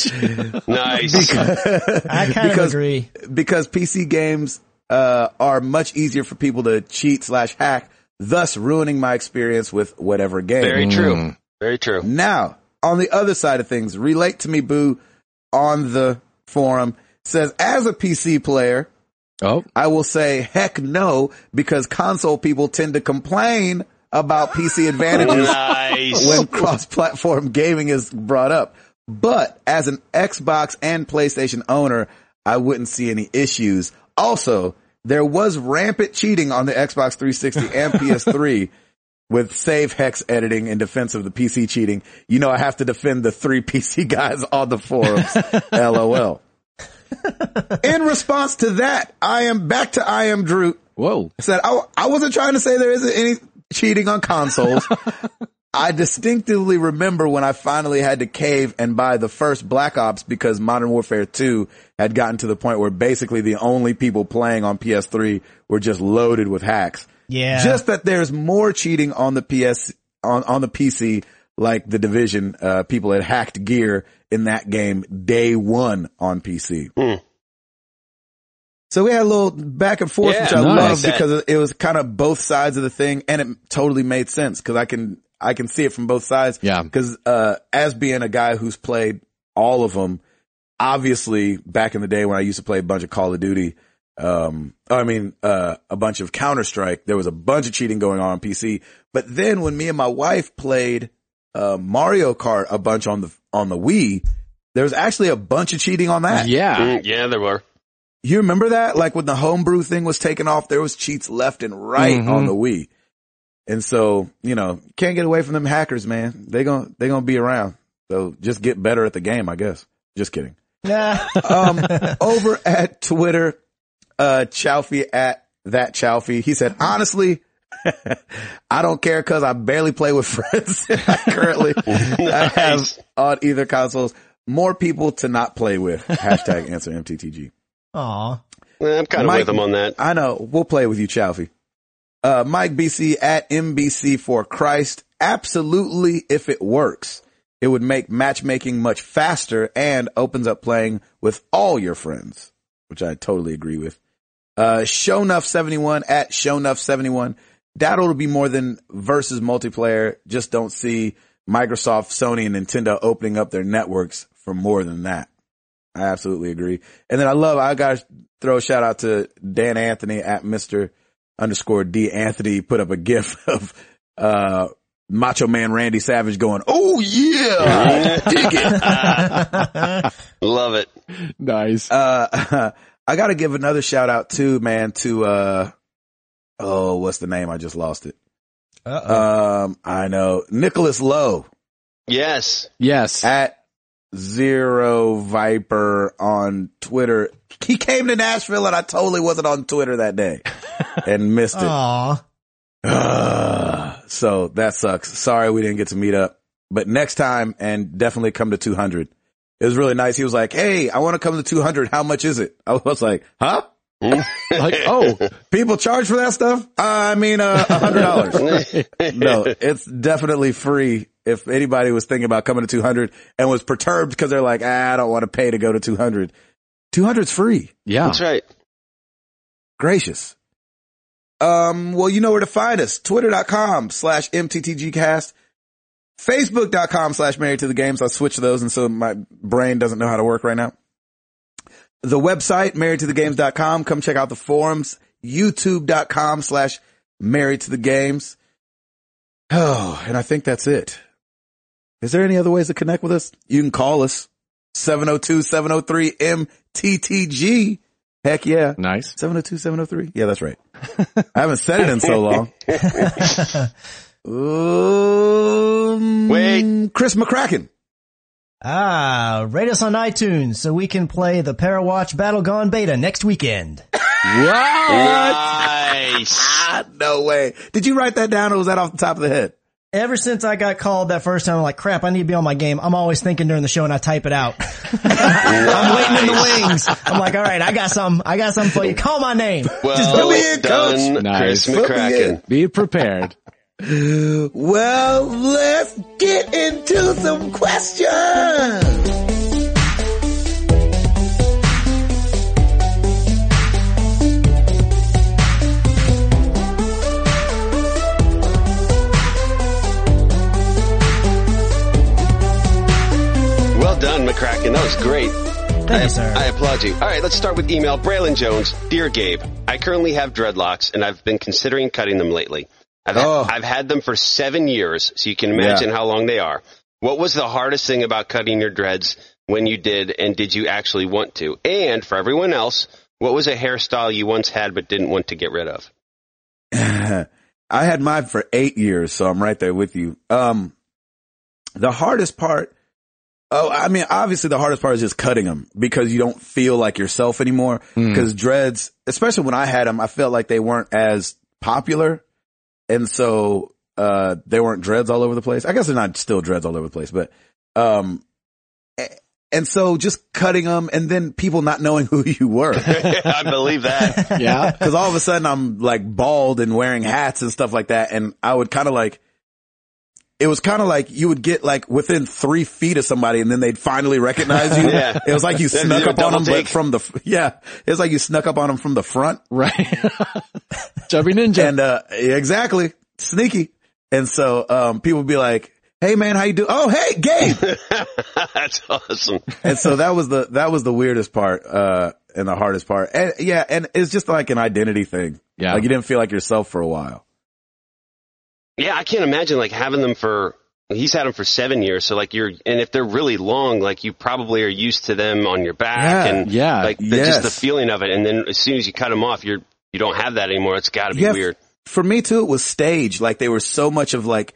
Nice. I kind of Because- agree. <laughs> because PC games uh, are much easier for people to cheat slash hack, thus ruining my experience with whatever game. Very Mm. true. Very true. Now, on the other side of things, relate to me, boo, on the forum says, as a PC player, Oh, I will say heck no because console people tend to complain about PC advantages Nice. when cross-platform gaming is brought up. But as an Xbox and PlayStation owner, I wouldn't see any issues. Also, there was rampant cheating on the Xbox 360 and PS3 with save hex editing in defense of the PC cheating. You know, I have to defend the three <laughs> PC guys on the forums. LOL. in response to that, I am back to I am Drew whoa, said I, I wasn't trying to say there isn't any cheating on consoles. I distinctively remember when I finally had to cave and buy the first Black Ops because Modern Warfare 2 had gotten to the point where basically the only people playing on PS3 were just loaded with hacks. Yeah. Just that there's more cheating on the PS on on the PC like the division uh people had hacked gear in that game day 1 on PC. So we had a little back and forth, Yeah, which I nice. love That- because it was kind of both sides of the thing and it totally made sense because I can, I can see it from both sides. Yeah. Cause, uh, as being a guy who's played all of them, obviously back in the day when I used to play a bunch of Call of Duty, um, I mean, uh, a bunch of Counter Strike, there was a bunch of cheating going on on PC. But then when me and my wife played, uh, Mario Kart a bunch on the, on the Wii, there was actually a bunch of cheating on that. yeah, Mm, yeah, there were. You remember that? Like when the homebrew thing was taken off, there was cheats left and right Mhm. on the Wii. And so, you know, can't get away from them hackers, man. They gon' they gonna be around. So just get better at the game, I guess. Just kidding. Nah. Um, <laughs> over at Twitter, uh, Chalfie at that Chalfie, he said, honestly, I don't care cause I barely play with <laughs> friends currently. <laughs> I have Nice. on either consoles more people to not play with. Hashtag answer MTTG. Aw. Eh, I'm kind of Mike- with him <laughs> on that. I know. We'll play with you, Chalfie. Uh, Mike BC at MBC for Christ. Absolutely, if it works, it would make matchmaking much faster and opens up playing with all your friends, which I totally agree with. Uh, Shownuff71 at Shownuff71. That'll be more than versus multiplayer. Just don't see Microsoft, Sony, and Nintendo opening up their networks for more than that. I absolutely agree. And then I love, I gotta throw a shout out to Dan Anthony at Mr. underscore D Anthony put up a gif <laughs> of, uh, Macho Man Randy Savage going, Oh yeah, I dig it. Mm, Love it. nice. Uh, <laughs> I gotta give another shout out too, man, to, uh, oh, what's the name? I just lost it. Uh-oh. Um, I know Nicholas Lowe Yes. Yes, at zero Viper on Twitter. He came to Nashville and I totally wasn't on Twitter that day and missed it. Aw. Ugh. <sighs> so that sucks. Sorry we didn't get to meet up, but next time and definitely come to 200. It was really nice. He was like, Hey, I want to come to 200. How much is it? I was like, huh? Like, oh, People charge for that stuff? I mean, uh, hundred dollars. <laughs> no, it's definitely free. If anybody was thinking about coming to 200 and was perturbed because they're like, ah, I don't want to pay to go to 200. 200's free. yeah. That's right. Gracious. Um, well, you know where to find us. Twitter.com slash MTTGcast. Facebook.com slash married to the games. I switched those and so my brain doesn't know how to work right now. The website, married to the games.com. Come check out the forums. YouTube.com slash married to the games. Oh, and I think that's it. Is there any other ways to connect with us? You can call us 702-703-MTTG. Heck yeah. Nice. 702, 703? Yeah, that's <laughs> right. I haven't said it in so long. <laughs> Um, Wait. Chris McCracken. Ah, rate us on iTunes so we can play the Parawatch Battle Gone beta next weekend. Nice. Ah, no way. Did you write that down or was that off the top of the head? Ever since I got called that first time, I'm like, crap, I need to be on my game. I'm always thinking during the show and I type it out. I'm waiting in the wings. I'm like, all right, I got some, I got something for you. Call my name. Well me in, done, Coach. Chris Nice. Put me McCracken. Be prepared. Well, let's get into some questions. Well done, McCracken. That was great. Thank you, sir. I applaud you. All right, let's start with email. Braylon Jones, dear Gabe, I currently have dreadlocks and I've been considering cutting them lately. I've, Oh. I've had them for seven years, so you can imagine how long they are. What was the hardest thing about cutting your dreads when you did, and did you actually want to? And for everyone else, what was a hairstyle you once had but didn't want to get rid of? <laughs> I had mine for eight years, so I'm right there with you. Um, the hardest part, oh, I mean, obviously the hardest part is just cutting them because you don't feel like yourself anymore. Because dreads, especially when I had them, I felt like they weren't as popular, and so uh, they weren't dreads all over the place. I guess they're not still dreads all over the place, but um, a- and so just cutting them and then people not knowing <laughs> who you were. I believe that. <laughs> Yeah. Cause all of a sudden I'm like bald and wearing hats and stuff like that. And I would kind of like, it was kind of like you would get like within three feet of somebody and then they'd finally recognize you. <laughs> Yeah. It was like you Then you snuck do a up on double them, take. but from the, f- yeah, it was like you snuck up on them from the front. <laughs> Right. Chubby Ninja. And, uh, exactly sneaky. And so, um, people would be like, Hey man, how you do? Oh, hey, <laughs> Gabe. That's awesome. and so that was the that was the weirdest part uh and the hardest part and yeah and it's just like an identity thing Yeah. like you didn't feel like yourself for a while Yeah, I can't imagine like having them for. He's had them for seven years, so like you're, and if they're really long, like you probably are used to them on your back, Yeah, and yeah, like the, just the yes. feeling of it. And then as soon as you cut them off, you're you don't have that anymore. It's got to be Yeah, weird. for me too it was stage like they were so much of like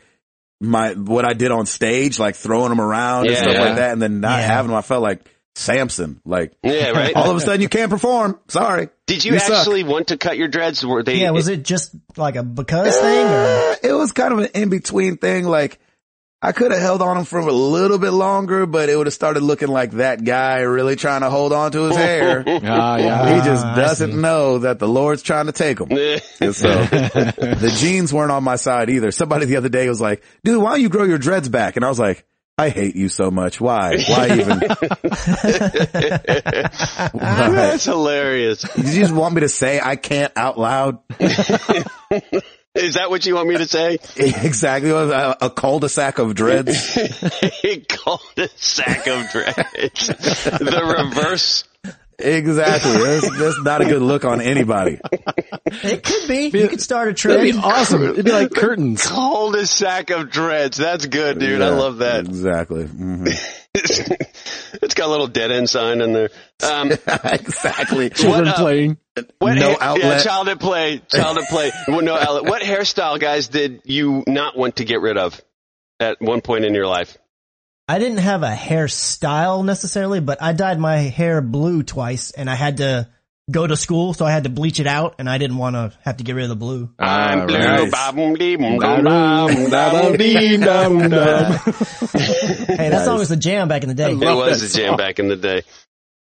my what i did on stage like throwing them around and Yeah, stuff yeah. like that and then not Yeah. having them i felt like samson like Yeah, right. all of a sudden you can't perform sorry Did you, Oh, you suck. actually want to cut your dreads? Were they? yeah, <laughs> was it just like a because thing or? it was kind of an in-between thing like I could have held on him for a little bit longer, but it would have started looking like that guy really trying to hold on to his hair. Ah, yeah. he <laughs> just Ah, I doesn't see. know that the Lord's trying to take him. <laughs> And <laughs> so the jeans weren't on my side either. Somebody the other day was like, dude, why don't you grow your dreads back? And I was like, I hate you so much. Why? Why <laughs> even? Why? That's hilarious. Did you just want me to say I can't out loud? <laughs> Is that what you want me to say? <laughs> exactly. A, a cul-de-sac of dreads. He called a sack of dreads. <laughs> the reverse. exactly. That's, that's not a good look on anybody. It could be. You could start a That'd trend. be awesome. It'd <laughs> be like curtains. Called a sack of dreads. That's good, dude. I Yeah, love that. Exactly. Mhm. it's got a little dead end sign in there. <laughs> Um, <laughs> exactly. Children uh, playing. No what hair- Yeah, outlet. child at play. Child at <laughs> play. well, no outlet. What hairstyle, guys, did you not want to get rid of at one point in your life? I didn't have a hairstyle necessarily, but I dyed my hair blue twice and I had to go to school, so I had to bleach it out and I didn't want to have to get rid of <laughs> the blue. Ah, I'm blue. right. Ba-dum-dum-dum-dum. Hey, that song was the jam back in the day. I It love was that a jam song. back in the day.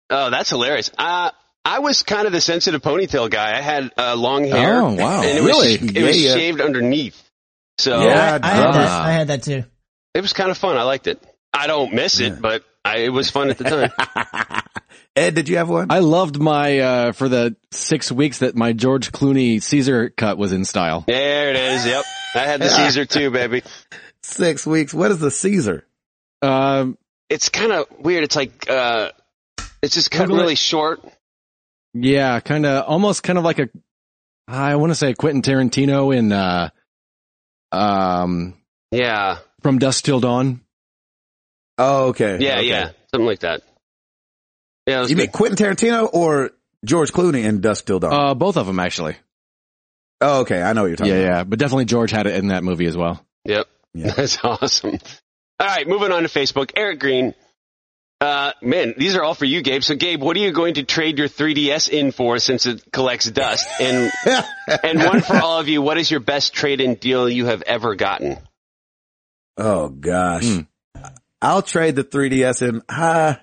Oh, that's hilarious. Uh, I was kind of the sensitive ponytail guy. I had uh, long hair. Oh, wow. And it was, Really? it was Yeah, yeah. shaved underneath. So Yeah. I, I had duh. Ah. that. I had that too. it was kind of fun. I liked it. I don't miss it, but I, it was fun at the time. <laughs> Ed, did you have one? I loved my, uh, for the six weeks that my George Clooney Caesar cut was in style. there it is. Yep. I had the Caesar too, baby. Six weeks. What is the Caesar? Um, It's kind of weird. It's like, uh, it's just cut Google it. really short. yeah, kind of, almost kind of like a, I want to say Quentin Tarantino in, uh, um, Yeah. From Dusk Till Dawn. Oh, okay. Yeah. Okay. Yeah. Something like that. Yeah. It was You good. mean Quentin Tarantino or George Clooney in Dusk Till Oh. Dawn? Uh, both of them actually. oh, okay. I know what you're talking Yeah, about. yeah, but definitely George had it in that movie as well. Yep. Yeah. <laughs> That's awesome. All right, moving on to Facebook. Eric Green. Uh, man, these are all for you, Gabe. So, Gabe, what are you going to trade your 3DS in for since it collects dust? And and one for all of you, what is your best trade-in deal you have ever gotten? Oh, gosh. Hmm. I'll trade the 3DS in. Uh,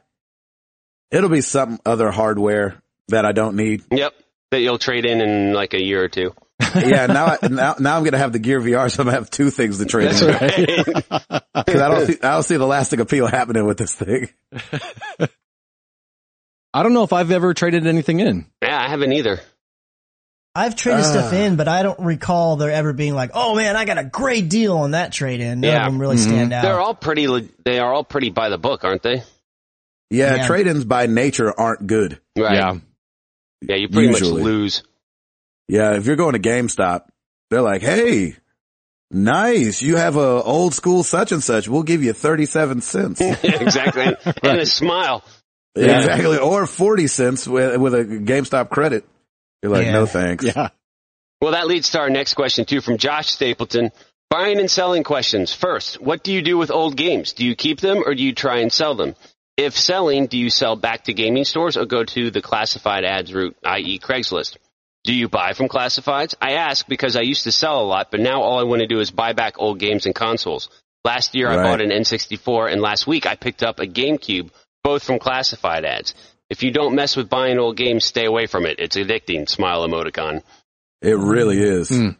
it'll be some other hardware that I don't need. Yep, that you'll trade in in like a year or two. yeah, now, I, <laughs> now now I'm gonna have the Gear VR, so I'm gonna have two things to trade <laughs> in. Because I don't see I don't see the elastic appeal happening with this thing. I don't know if I've ever traded anything in. yeah, I haven't either. I've traded stuff Ah. in, but I don't recall there ever being like, "Oh man, I got a great deal on that trade in." None Yeah. of them really Mm-hmm. stand out. They're all pretty. le- They are all pretty by the book, aren't they? Yeah, Yeah. trade-ins by nature aren't good. Right. Yeah. <laughs> Yeah. you pretty Usually. much lose. <laughs> Yeah, if you're going to GameStop, they're like, hey, nice, you have a old school such and such. We'll give you 37 <laughs> cents. exactly. And a smile. Yeah, Exactly. Or 40 cents with, with a GameStop credit. You're like, Yeah. no thanks. Yeah. Well, that leads to our next question, too, from Josh Stapleton. Buying and selling questions. First, what do you do with old games? Do you keep them or do you try and sell them? If selling, do you sell back to gaming stores or go to the classified ads route, i.e., Craigslist? Do you buy from classifieds? I ask because I used to sell a lot, but now all I want to do is buy back old games and consoles. Last year I Right. bought an N64 and last week I picked up a GameCube, both from classified ads. If you don't mess with buying old games, stay away from it. It's addicting. Smile emoticon. It really is. Mm.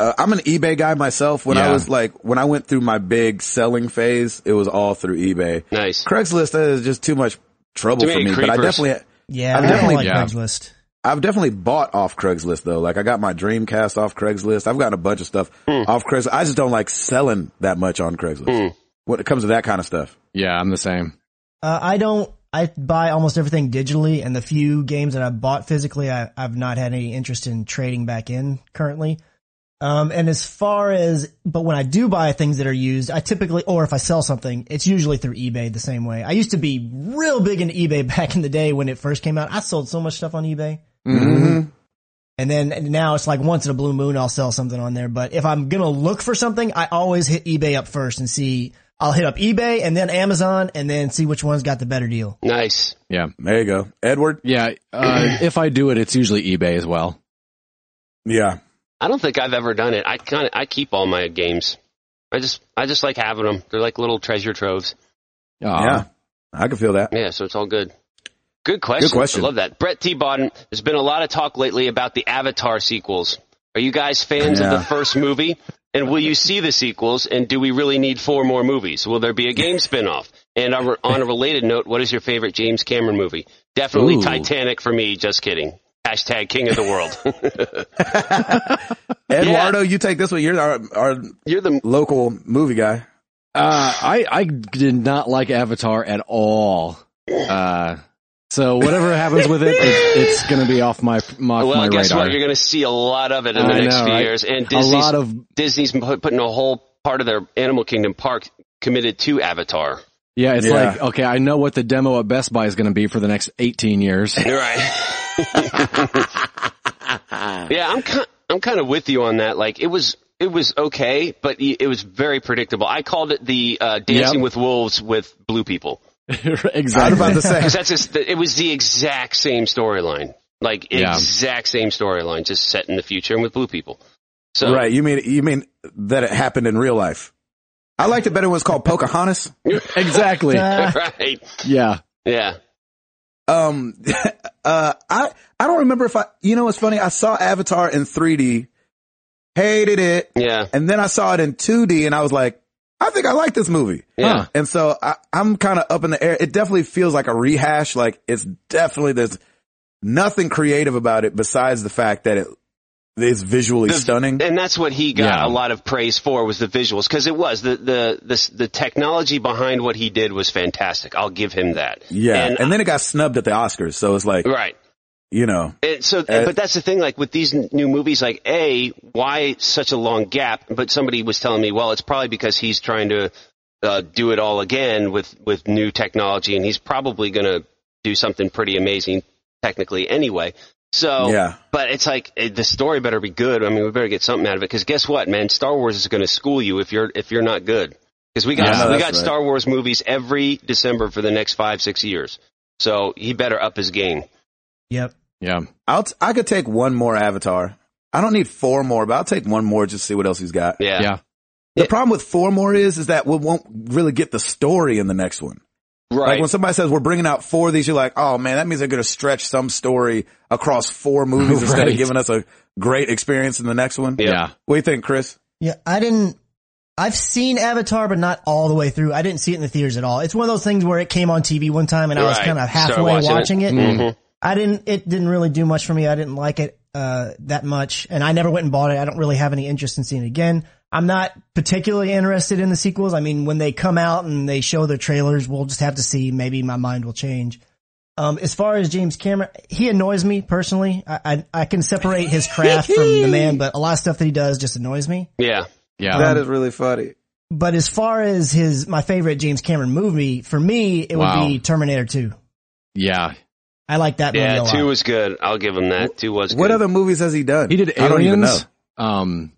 Uh, I'm an eBay guy myself. When I Yeah. was like, when I went through my big selling phase, it was all through eBay. Nice. Craigslist that is just too much trouble Too for many me, but I creepers. definitely, yeah, I'm I don't definitely- like yeah. Craigslist. I've definitely bought off Craigslist though. Like I got my Dreamcast off Craigslist. I've gotten a bunch of stuff off Craigslist. I just don't like selling that much on Craigslist when it comes to that kind of stuff. Yeah, I'm the same. Uh, I don't. I buy almost everything digitally, and the few games that I bought physically, I, I've not had any interest in trading back in currently. Um, and as far as, but when I do buy things that are used, I typically, or if I sell something, it's usually through eBay the same way. I used to be real big into eBay <laughs> back in the day when it first came out. I sold so much stuff on eBay. Mm-hmm. And then and now it's like once in a blue moon, I'll sell something on there. But if I'm going to look for something, I always hit eBay up first and see, I'll hit up eBay and then Amazon and then see which one's got the better deal. Nice. Yeah. There you go. Edward. Yeah. <clears throat> Uh, if I do it, it's usually eBay as well. Yeah. I don't think I've ever done it. I kind of I keep all my games. I just I just like having them. They're like little treasure troves. Aw. yeah. I can feel that. Yeah, so it's all good. Good question. Good question. I love that. Brett T. Bodden, there's been a lot of talk lately about the Avatar sequels. Are you guys fans of Yeah. the first movie? And will you see the sequels? And do we really need four more movies? Will there be a game spinoff? And on on a related note, what is your favorite James Cameron movie? Definitely Ooh. Titanic for me. Just kidding. Hashtag King of the World. <laughs> Eduardo, you take this one. You're our, our You're the local movie guy. Uh, I, I did not like Avatar at all. Uh, so whatever happens with it, it it's going to be off my, off Well, my guess radar. what? You're going to see a lot of it in the I next know, few right? years, and a Disney's lot of, Disney's put- putting a whole part of their Animal Kingdom park committed to Avatar. yeah, it's Yeah. like, okay, I know what the demo at Best Buy is going to be for the next <laughs> 18 years. You're right. <laughs> yeah, I'm kind, I'm kind of with you on that. Like it was it was okay, but y- it was very predictable. I called it the uh, Dancing Yep. with Wolves with blue people I was exactly. about to <laughs> say, because that's just, it was the exact same storyline, like Yeah. exact same storyline, just set in the future and with blue people. So right? You mean you mean that it happened in real life? I liked it better when it's called Pocahontas. <laughs> <laughs> exactly. Uh, <laughs> right, Yeah. yeah, Um, <laughs> uh, I I don't remember if I. You know, it's funny. I saw Avatar in 3D, hated it, yeah, and then I saw it in 2D, and I was like, I think I like this movie. yeah. Huh. And so I, I'm kind of up in the air. It definitely feels like a rehash. Like it's definitely, there's nothing creative about it besides the fact that it is visually The- stunning. And that's what he got Yeah. a lot of praise for was the visuals because it was the the the the technology behind what he did was fantastic. I'll give him that. yeah. and- And, then it got snubbed at the Oscars. So it's like, Right. you know, And so, Uh, but that's the thing. Like with these n- new movies, like a why such a long gap? But somebody was telling me, well, it's probably because he's trying to uh, do it all again with with new technology, and he's probably going to do something pretty amazing technically anyway. So Yeah. but it's like eh, the story better be good. I mean, we better get something out of it because guess what, man? Star Wars is going to school you if you're if you're not good. Because we got Yeah, we that's got right. Star Wars movies every December for the next five six years. So he better up his game. yep. Yeah. I'll, t- I could take one more Avatar. I don't need four more, but I'll take one more just to see what else he's got. Yeah. Yeah. The problem with four more is, is that we won't really get the story in the next one. Like Right. when somebody says we're bringing out four of these, you're like, oh man, that means they're going to stretch some story across four movies <laughs> instead of Right. giving us a great experience in the next one. Yeah. Yeah. What do you think, Chris? Yeah, I didn't. I've seen Avatar, but not all the way through. I didn't see it in the theaters at all. It's one of those things where it came on TV one time, and I was Right. kind of Started halfway watching watching, it. it. Mhm. I didn't. It didn't really do much for me. I didn't like it uh, that much, and I never went and bought it. I don't really have any interest in seeing it again. I'm not particularly interested in the sequels. I mean, when they come out and they show their trailers, we'll just have to see. Maybe my mind will change. Um, as far as James Cameron, he annoys me personally. I, I I can separate his craft from the man, but a lot of stuff that he does just annoys me. Yeah. Yeah. That is really funny. But as far as his my favorite James Cameron movie, for me it Wow. would be Terminator Two. yeah. I like that movie a Yeah. lot. Two was good. I'll give him that. Two was What good. other movies has he done? He did I don't even know. Aliens. Um,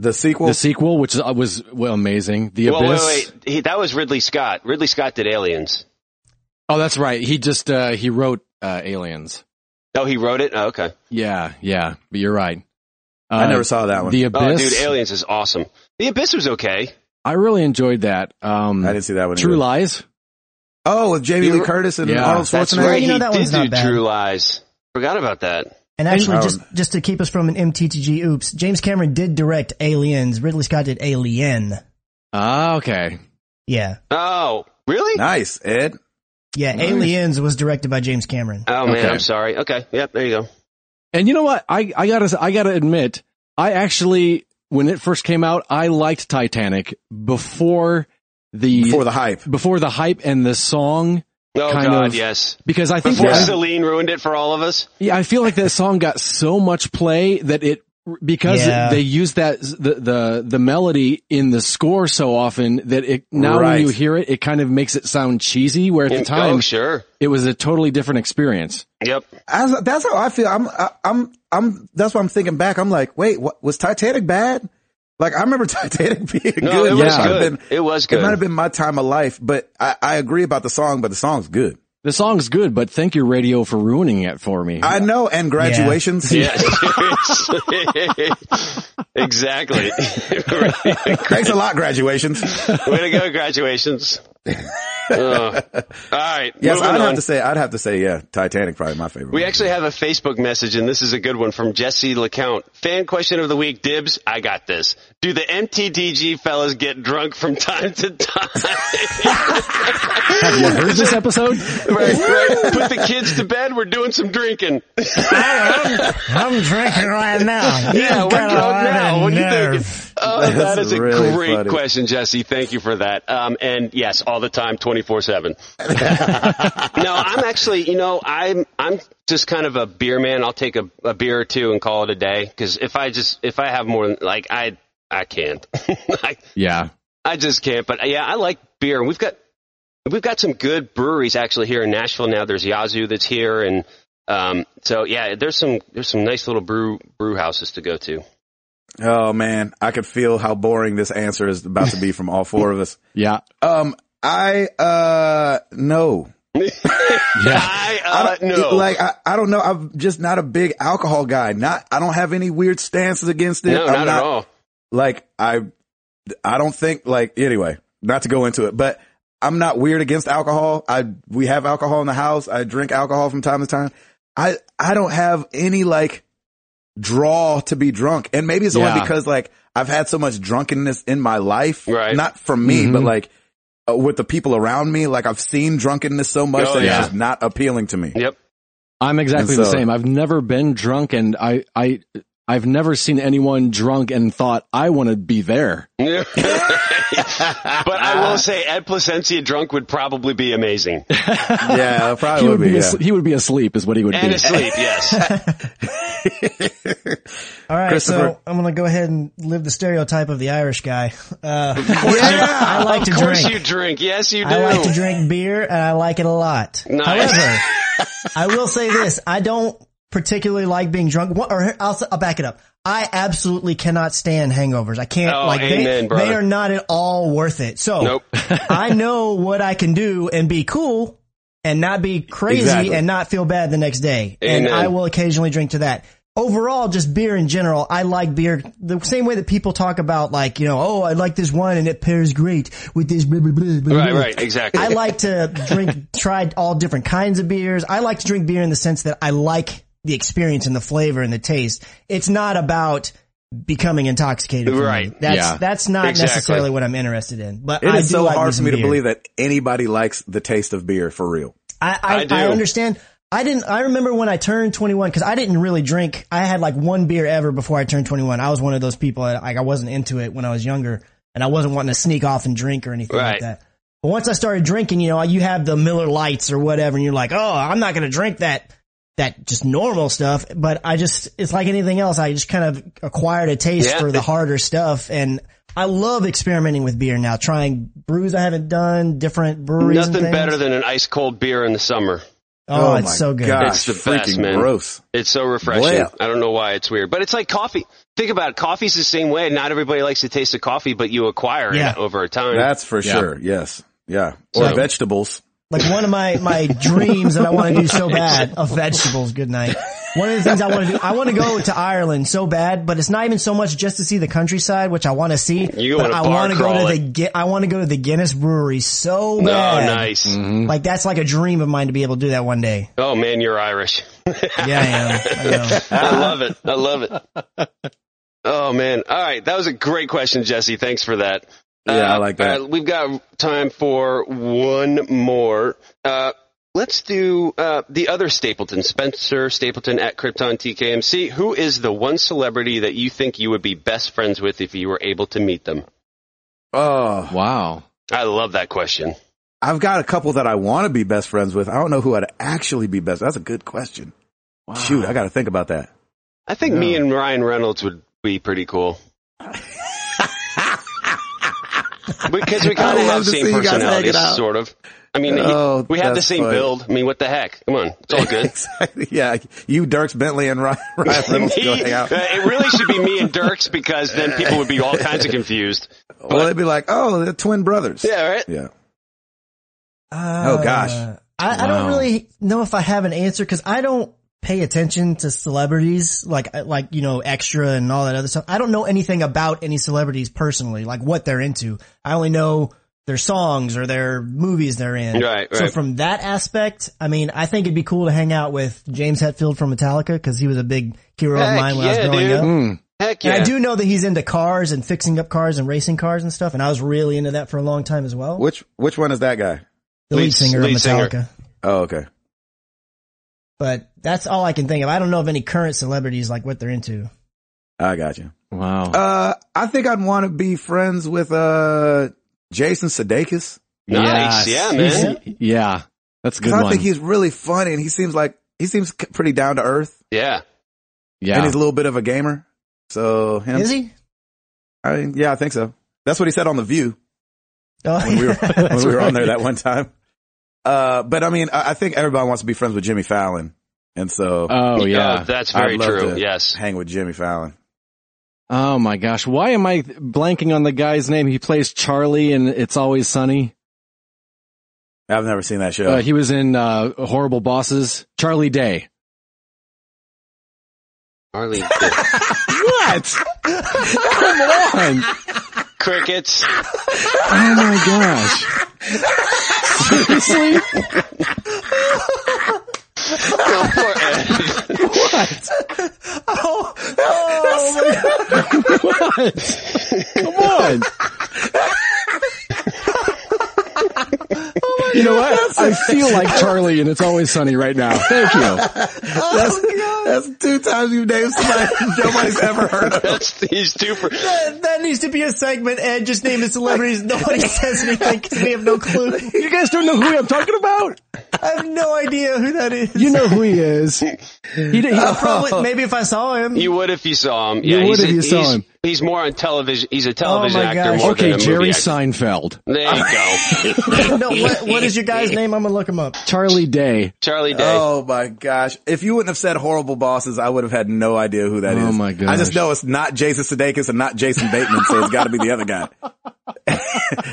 The sequel? the sequel, which uh, was well, amazing. The well, Abyss. wait, wait. He, that was Ridley Scott. Ridley Scott did Aliens. Oh, that's right. He just, uh, he wrote, uh, Aliens. Oh, he wrote it. Oh, okay. Yeah. Yeah. But you're right. Uh, I never saw that one. The Oh, Abyss. dude, Aliens is awesome. The Abyss was okay. I really enjoyed that. Um, I didn't see that one. True either. Lies. Oh, with Jamie You- Lee Curtis and Yeah, Arnold That's Schwarzenegger. right. You He know, that did one's not do bad. True Lies. Forgot about that. and actually, Um, just just to keep us from an MTTG oops, James Cameron did direct Aliens. Ridley Scott did Alien. Ah, okay. Yeah, Oh, really? Nice, Ed. yeah. Aliens was directed by James Cameron. Oh man, Okay. I'm sorry. Okay, yep, there you go. And you know what? I, I gotta, I gotta admit, I actually, when it first came out, I liked Titanic before the, Before the hype. before the hype and the song, Oh Kind god, of. yes. because I think Before that- Celine ruined it for all of us. Yeah, I feel like that song got so much play that it because Yeah. they used that the, the the melody in the score so often that it now Right. when you hear it, it kind of makes it sound cheesy. Where at the oh time sure. it was a totally different experience. Yep. I, that's how I feel. I'm, I, I'm, I'm, that's why I'm thinking back. I'm like, wait, what, was Titanic bad? Like, I remember <laughs> Titanic being No, good. it Might was have good. been- it was It might have good. been my time of life, but I, I agree about the song, but the song's good. The song's good, but thank you radio for ruining it for me. I know, and graduations. <laughs> Yeah, seriously. <laughs> <laughs> exactly. Thanks a lot, graduations. <laughs> Way to <laughs> go, graduations. Ugh. all right. Yes, moving I'd on. have to say, I'd have to say, yeah, Titanic probably my favorite. We movie. actually have a Facebook message, and this is a good one from Jesse LeCount. Fan question of the week, Dibs, I got this. Do the MTDG fellas get drunk from <laughs> time to time? Have you heard this <laughs> episode? right, right. Put the kids to bed, we're doing some drinking. I, am drinking right now. <laughs> Yeah, we're drunk now. What do you think? Oh, that That's is a really great funny. question, Jesse. Thank you for that. Um, and yes, all the time, twenty <laughs> four seven. No, I'm actually, you know, I'm I'm just kind of a beer man. I'll take a, a beer or two and call it a day. Because if I just if I have more, than like I I can't, <laughs> I Yeah, I just can't. But yeah, I like beer, and we've got we've got some good breweries actually here in Nashville now. There's Yazoo that's here, and um, so yeah, there's some there's some nice little brew brew houses to go to. Oh man, I could feel how boring this answer is about to be from all four of us. Yeah. Um, I, uh, no. I uh, I- no. Like, I, I don't know. I'm just not a big alcohol guy. Not, I don't have any weird stances against it. no, I'm not, at all. Like, I, I don't think, like, anyway, not to go into it, but I'm not weird against alcohol. I, we have alcohol in the house. I drink alcohol from time to time. I, I don't have any, like, draw to be drunk. And maybe it's only Yeah. because, like, I've had so much drunkenness in my life. Right. Mm-hmm. Not from me, Mhm. but like, uh, with the people around me, like I've seen drunkenness so much Oh, that yeah. it's just not appealing to me. Yep. <laughs> I'm exactly And the so- same. I've never been drunk and I, I, I've never seen anyone drunk and thought I want to be there. Yeah. but I will say, Ed Placencia drunk would probably <laughs> be amazing. <laughs> Yeah, it he probably would would be. yeah. asle- he would be asleep is what he would And be. asleep, <laughs> yes. All right, so Christopher. I'm gonna go ahead and live the stereotype of the Irish guy. <laughs> Uh, Yeah. I, I like to of course drink. you drink. Yes, you do. I like to drink beer, and I like it a lot. Nice. <laughs> However, I will say this: I don't particularly like being drunk. What- Or I'll, s- I'll back it up. I absolutely cannot stand hangovers. I can't Oh, like amen, they, brother. they are not at all worth it. So Nope. <laughs> I know what I can do and be cool and not be crazy Exactly. and not feel bad the next day. And Amen. I will occasionally drink to that. Overall, just beer in general, I like beer the same way that people talk about like, you know, oh, I like this wine and it pairs great with this blah, blah, blah, blah, Right, blah." right, exactly. I like to drink, try all different kinds of beers. I like to drink beer in the sense that I like the experience and the flavor and the taste. It's not about becoming intoxicated. for me. Right. That's, Yeah. that's not Exactly. necessarily what I'm interested in, but It I is do so like hard for me some to beer. believe that anybody likes the taste of beer for real. I, I, I do. I understand. I didn't, I remember when I turned 21, cause I didn't really drink. I had like one beer ever before I turned 21. I was one of those people that like, I wasn't into it when I was younger and I wasn't wanting to sneak off and drink or anything like Right. that. But once I started drinking, you know, you have the Miller lights or whatever and you're like, oh, I'm not going to drink that, that just normal stuff. But I just, it's like anything else. I just kind of acquired a taste Yeah. for the harder stuff and I love experimenting with beer now, trying brews I haven't done, different breweries. and Nothing things. better than an ice cold beer in the summer. Oh, my it's so good. Gosh, It's the freaking best, man. gross. It's so refreshing. Well. I don't know why it's weird, but it's like coffee. Think about it. Coffee's the same way. Not everybody likes the taste of coffee, but you acquire Yeah. it over time. That's for Yeah. sure. Yes. Yeah. Or So- vegetables. Like one of my, my dreams that I want to do so bad of vegetables. Good night. One of the things I want to do, I want to go to Ireland so bad, but it's not even so much just to see the countryside, which I want to see. You but wanna I bar wanna crawl go to it. the Gu- I want to go to the Guinness Brewery so no, bad. Oh, nice. Mm. Mm-hmm. Like that's like a dream of mine to be able to do that one day. Oh man, you're Irish. Yeah, I am. I know. I love it. I love it. Oh man. All right. That was a great question, Jesse. Thanks for that. Yeah, I like that. all right, we've got time for one more. Uh, let's do uh, the other Stapleton, Spencer Stapleton at Krypton TKMC. Who is the one celebrity that you think you would be best friends with if you were able to meet them? Oh, Wow. I love that question. I've got a couple that I want to be best friends with. I don't know who I'd actually be best. That's a good question. Shoot, I got to think about that. I think me and Ryan Reynolds would be <laughs> pretty cool. because we kind I of love have to see same you guys personalities, hanging out. sort of. I mean, Oh, we have the that's same funny. build. I mean, what the heck? Come on, it's all <laughs> <laughs> good. Exactly. Yeah. You, Dirks Bentley and Ryan, <laughs> Ryan Reynolds Me- go hang <laughs> out. uh, it really should be me and Dirks because then people would be all kinds of confused. Well, they'd be like, oh, they're twin brothers. Yeah, right. Yeah. Uh, Oh, gosh. I, I don't Wow. really know if I have an answer because I don't pay attention to celebrities like like you know extra and all that other stuff. I don't know anything about any celebrities personally, like what they're into. I only know their songs or their movies they're in. Right, So right. from that aspect, I mean, I think it'd be cool to hang out with James Hetfield from Metallica because he was a big hero Heck of mine when I yeah, was growing dude. up. Mm. Heck And yeah. I do know that he's into cars and fixing up cars and racing cars and stuff, and I was really into that for a long time as well. Which, which one is that guy? the lead, lead- singer lead of singer. Metallica. Oh, okay. but that's all I can think of. I don't know of any current celebrities like what they're into. I got you. Wow. Uh, I think I'd want to be friends with, uh, Jason Sudeikis. Nice, yeah, man. He's- Yeah. That's a good Cause I one. think he's really funny and he seems like, he seems c- pretty down to earth Yeah. and yeah. he's a little bit of a gamer. So him, Is he? I mean, yeah, I think so. That's what he said on The <laughs> View Oh, when we were, yeah. when we were on there right. that one time. Uh, but I mean, I, I think everybody wants to be friends with Jimmy Fallon. And so oh yeah. that's very I'd love true. to Yes. hang with Jimmy Fallon. Oh my gosh. Why am I blanking on the guy's name? He plays Charlie and It's Always Sunny. I've never seen that show. Uh, he was in, uh, Horrible Bosses. Charlie Day. Harley, What? <laughs> Come on. <laughs> crickets. <laughs> Oh my gosh. <laughs> Seriously? Go for <laughs> it. Oh, oh my God. What? Come on. you know what? I feel like Charlie and It's Always Sunny right now. Thank you. That's two times you've named somebody nobody's ever heard of. That's he's two for. <laughs> That, that needs to be a segment, Ed. Just name <laughs> the celebrities. Nobody says anything 'cause we have no clue. You guys don't know who I'm talking about? I have no idea who that is. You know who he is. He, he, Probably, maybe if I saw him. You would if you saw him. Yeah, would he's, if a- you saw he's- him. He's more on television. He's a television my actor. gosh. More okay, than a Jerry movie actor. Seinfeld. There you go, no, what, what is your guy's name? I'm gonna look him up. Charlie Day. Charlie Day. Oh my gosh. If you wouldn't have said horrible bosses, I would have had no idea who that is. Oh my gosh. I just know it's not Jason Sudeikis and not Jason Bateman, so it's gotta be the other guy.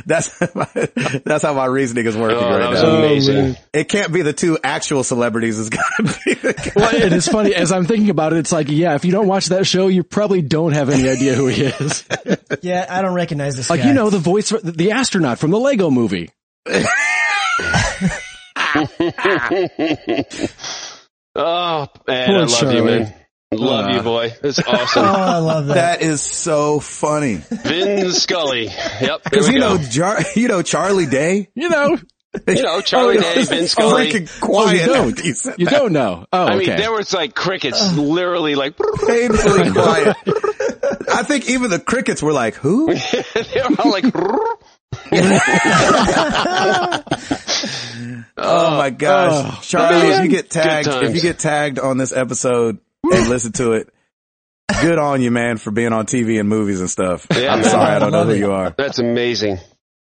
<laughs> that's, <laughs> that's how my reasoning is working Oh, that right was now. amazing. It can't be the two actual celebrities. It's gotta be the guy. Well, and it's funny as I'm thinking about it. It's like, yeah, if you don't watch that show, you probably don't have any idea who he is. Yeah, I don't recognize this Like, guy. you know, the voice, the astronaut from the Lego Movie. <laughs> oh man, Poor I love Charlie. you, man. Love Ah. you, boy. That's Oh, awesome. I love that. That is so funny. Vin Scully. Yep. There Cause we you go. know, Jar- you know, Charlie Day. You know, you know, Charlie Day, Vin Scully. Freaking quiet. Oh, you after you said you that. don't know. Oh, I mean, okay. there was like crickets, literally like. <laughs> Painfully quiet. I think even the crickets were like, Oh, who? they were all like. <laughs> Oh my gosh. Oh. Charlie, if Man. you get tagged, Good times. if you get tagged on this episode and listen to it, good on you, man, for being on TV and movies and stuff. Yeah, I'm man. sorry. I don't know Love who it. you are. That's amazing.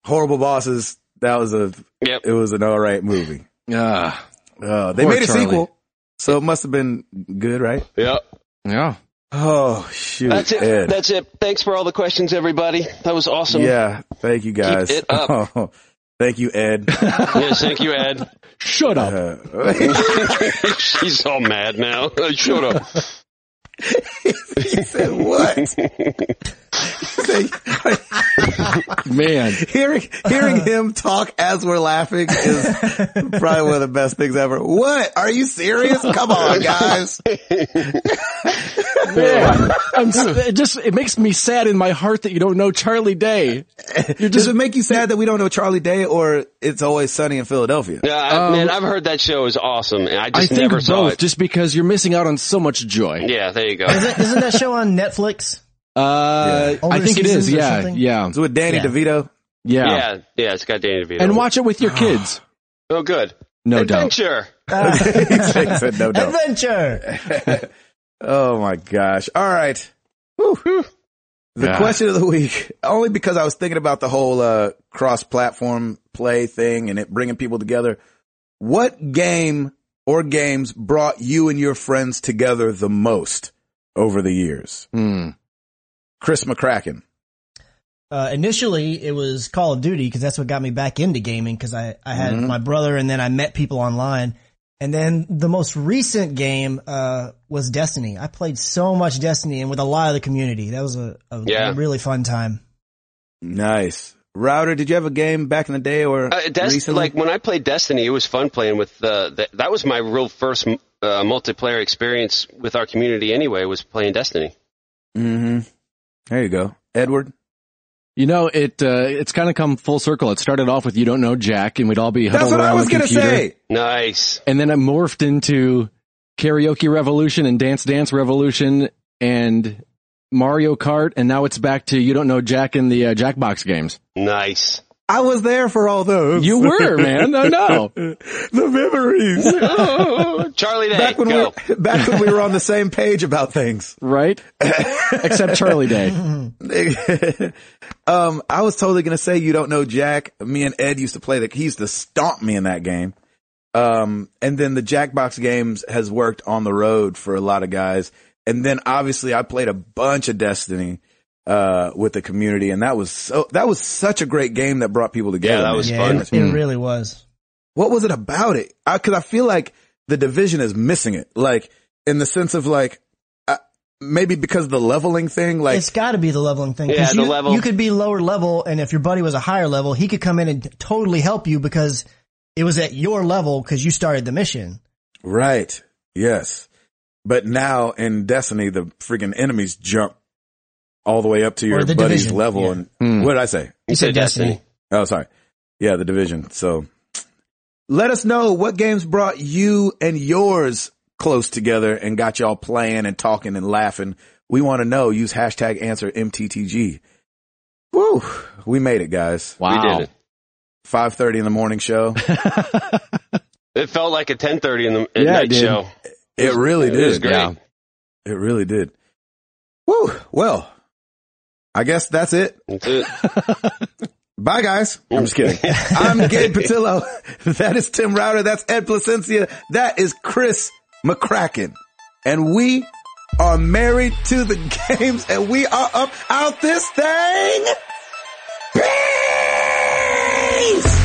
Horrible bosses. That was a, Yep. it was an all right movie. Ah, Uh, they Poor made a Charlie. sequel. So it must have been good, right? Yep. yeah. Oh, shoot. That's it. Ed. That's it. Thanks for all the questions, everybody. That was awesome. yeah. Thank you guys. it up. Oh, <laughs> thank you, Ed. Yes, thank you, Ed. <laughs> Shut up. Uh, She's all mad now. <laughs> Shut up. He said what? He said- <laughs> Man. hearing <laughs> hearing him talk as we're laughing is probably one of the best things ever. What? Are you serious? Come on, guys. Man. I'm, <laughs> s- it just, it makes me sad in my heart that you don't know Charlie Day. You're <laughs> Does just, it make you sad that we don't know Charlie Day or It's Always Sunny in Philadelphia? Yeah, I, man, I've heard that show is awesome, and I I just think never both, saw it. just because you're missing out on so much joy. Yeah, there you go. Isn't, isn't that show on <laughs> Netflix? Uh, Older I think it seasons is. or Yeah, something? yeah, It's with Danny Yeah. <laughs> DeVito. yeah, Yeah, yeah, it's got Danny DeVito. And watch <sighs> it with your kids. Oh, good. No doubt. Adventure. he said, he said no doubt. Ah, Adventure. <laughs> Oh my gosh. All right. The Yeah. question of the week, only because I was thinking about the whole, uh, cross platform play thing and it bringing people together. What game or games brought you and your friends together the most over the years? Hmm. Chris McCracken. Uh, initially, it was Call of Duty because that's what got me back into gaming because I, I had Mm-hmm. my brother and then I met people online. And then the most recent game uh, was Destiny. I played so much Destiny and with a lot of the community. That was a, a Yeah. really fun time. Nice. Router, did you have a game back in the day or Uh, Dest- recently? like when I played Destiny, it was fun playing with uh, th- that was my real first m- uh, multiplayer experience with our community. Anyway, was playing Destiny. mm-hmm. There you go. Edward. You know, it, uh, it's kind of come full circle. It started off with you don't know Jack and we'd all be That's huddled what I around was the going to computer. say. Nice. And then it morphed into karaoke revolution and dance dance revolution and Mario Kart. And now it's back to you don't know Jack and the uh, Jackbox games. Nice. <laughs> I was there for all those. You were, man. I know. the memories. Oh, Charlie Day, back when go. we were, <laughs> back when we were on the same page about things. Right? Except Charlie Day. <laughs> um, I was totally gonna say you don't know Jack. Me and Ed used to play that. He used to stomp me in that game. Um, and then the Jackbox games has worked on the road for a lot of guys. And then obviously I played a bunch of Destiny, uh, with the community and that was so, that was such a great game that brought people together. Yeah, that was yeah, fun. It, it really was. what was it about it? I, cause I feel like the division is missing it. Like in the sense of like, I, maybe because of the leveling thing, like, it's got to be the leveling thing. 'cause Yeah, the you, level. You could be lower level, and if your buddy was a higher level, he could come in and totally help you because it was at your level because you started the mission. Right. Yes. But now in Destiny, the freaking enemies jump all the way up to your the buddy's Division, level. yeah. And Hmm. what did I say? You said Destiny. Oh, sorry. Yeah, the division. So let us know what games brought you and yours close together and got y'all playing and talking and laughing. We want to know. Use hashtag answer MTTG. Woo. We made it guys. Wow. We did it. 5.30 in the morning show. It felt like a 10:30 in the at Yeah, it night did. show. It really It did. was great. Yeah. It really did. Woo. Well, I guess that's it. That's it. Bye guys. I'm just kidding. I'm Gabe Patillo. <laughs> That is Tim Router. That's Ed Placencia. That is Chris McCracken. And we are married to the <laughs> games and we are up out this thing. Peace!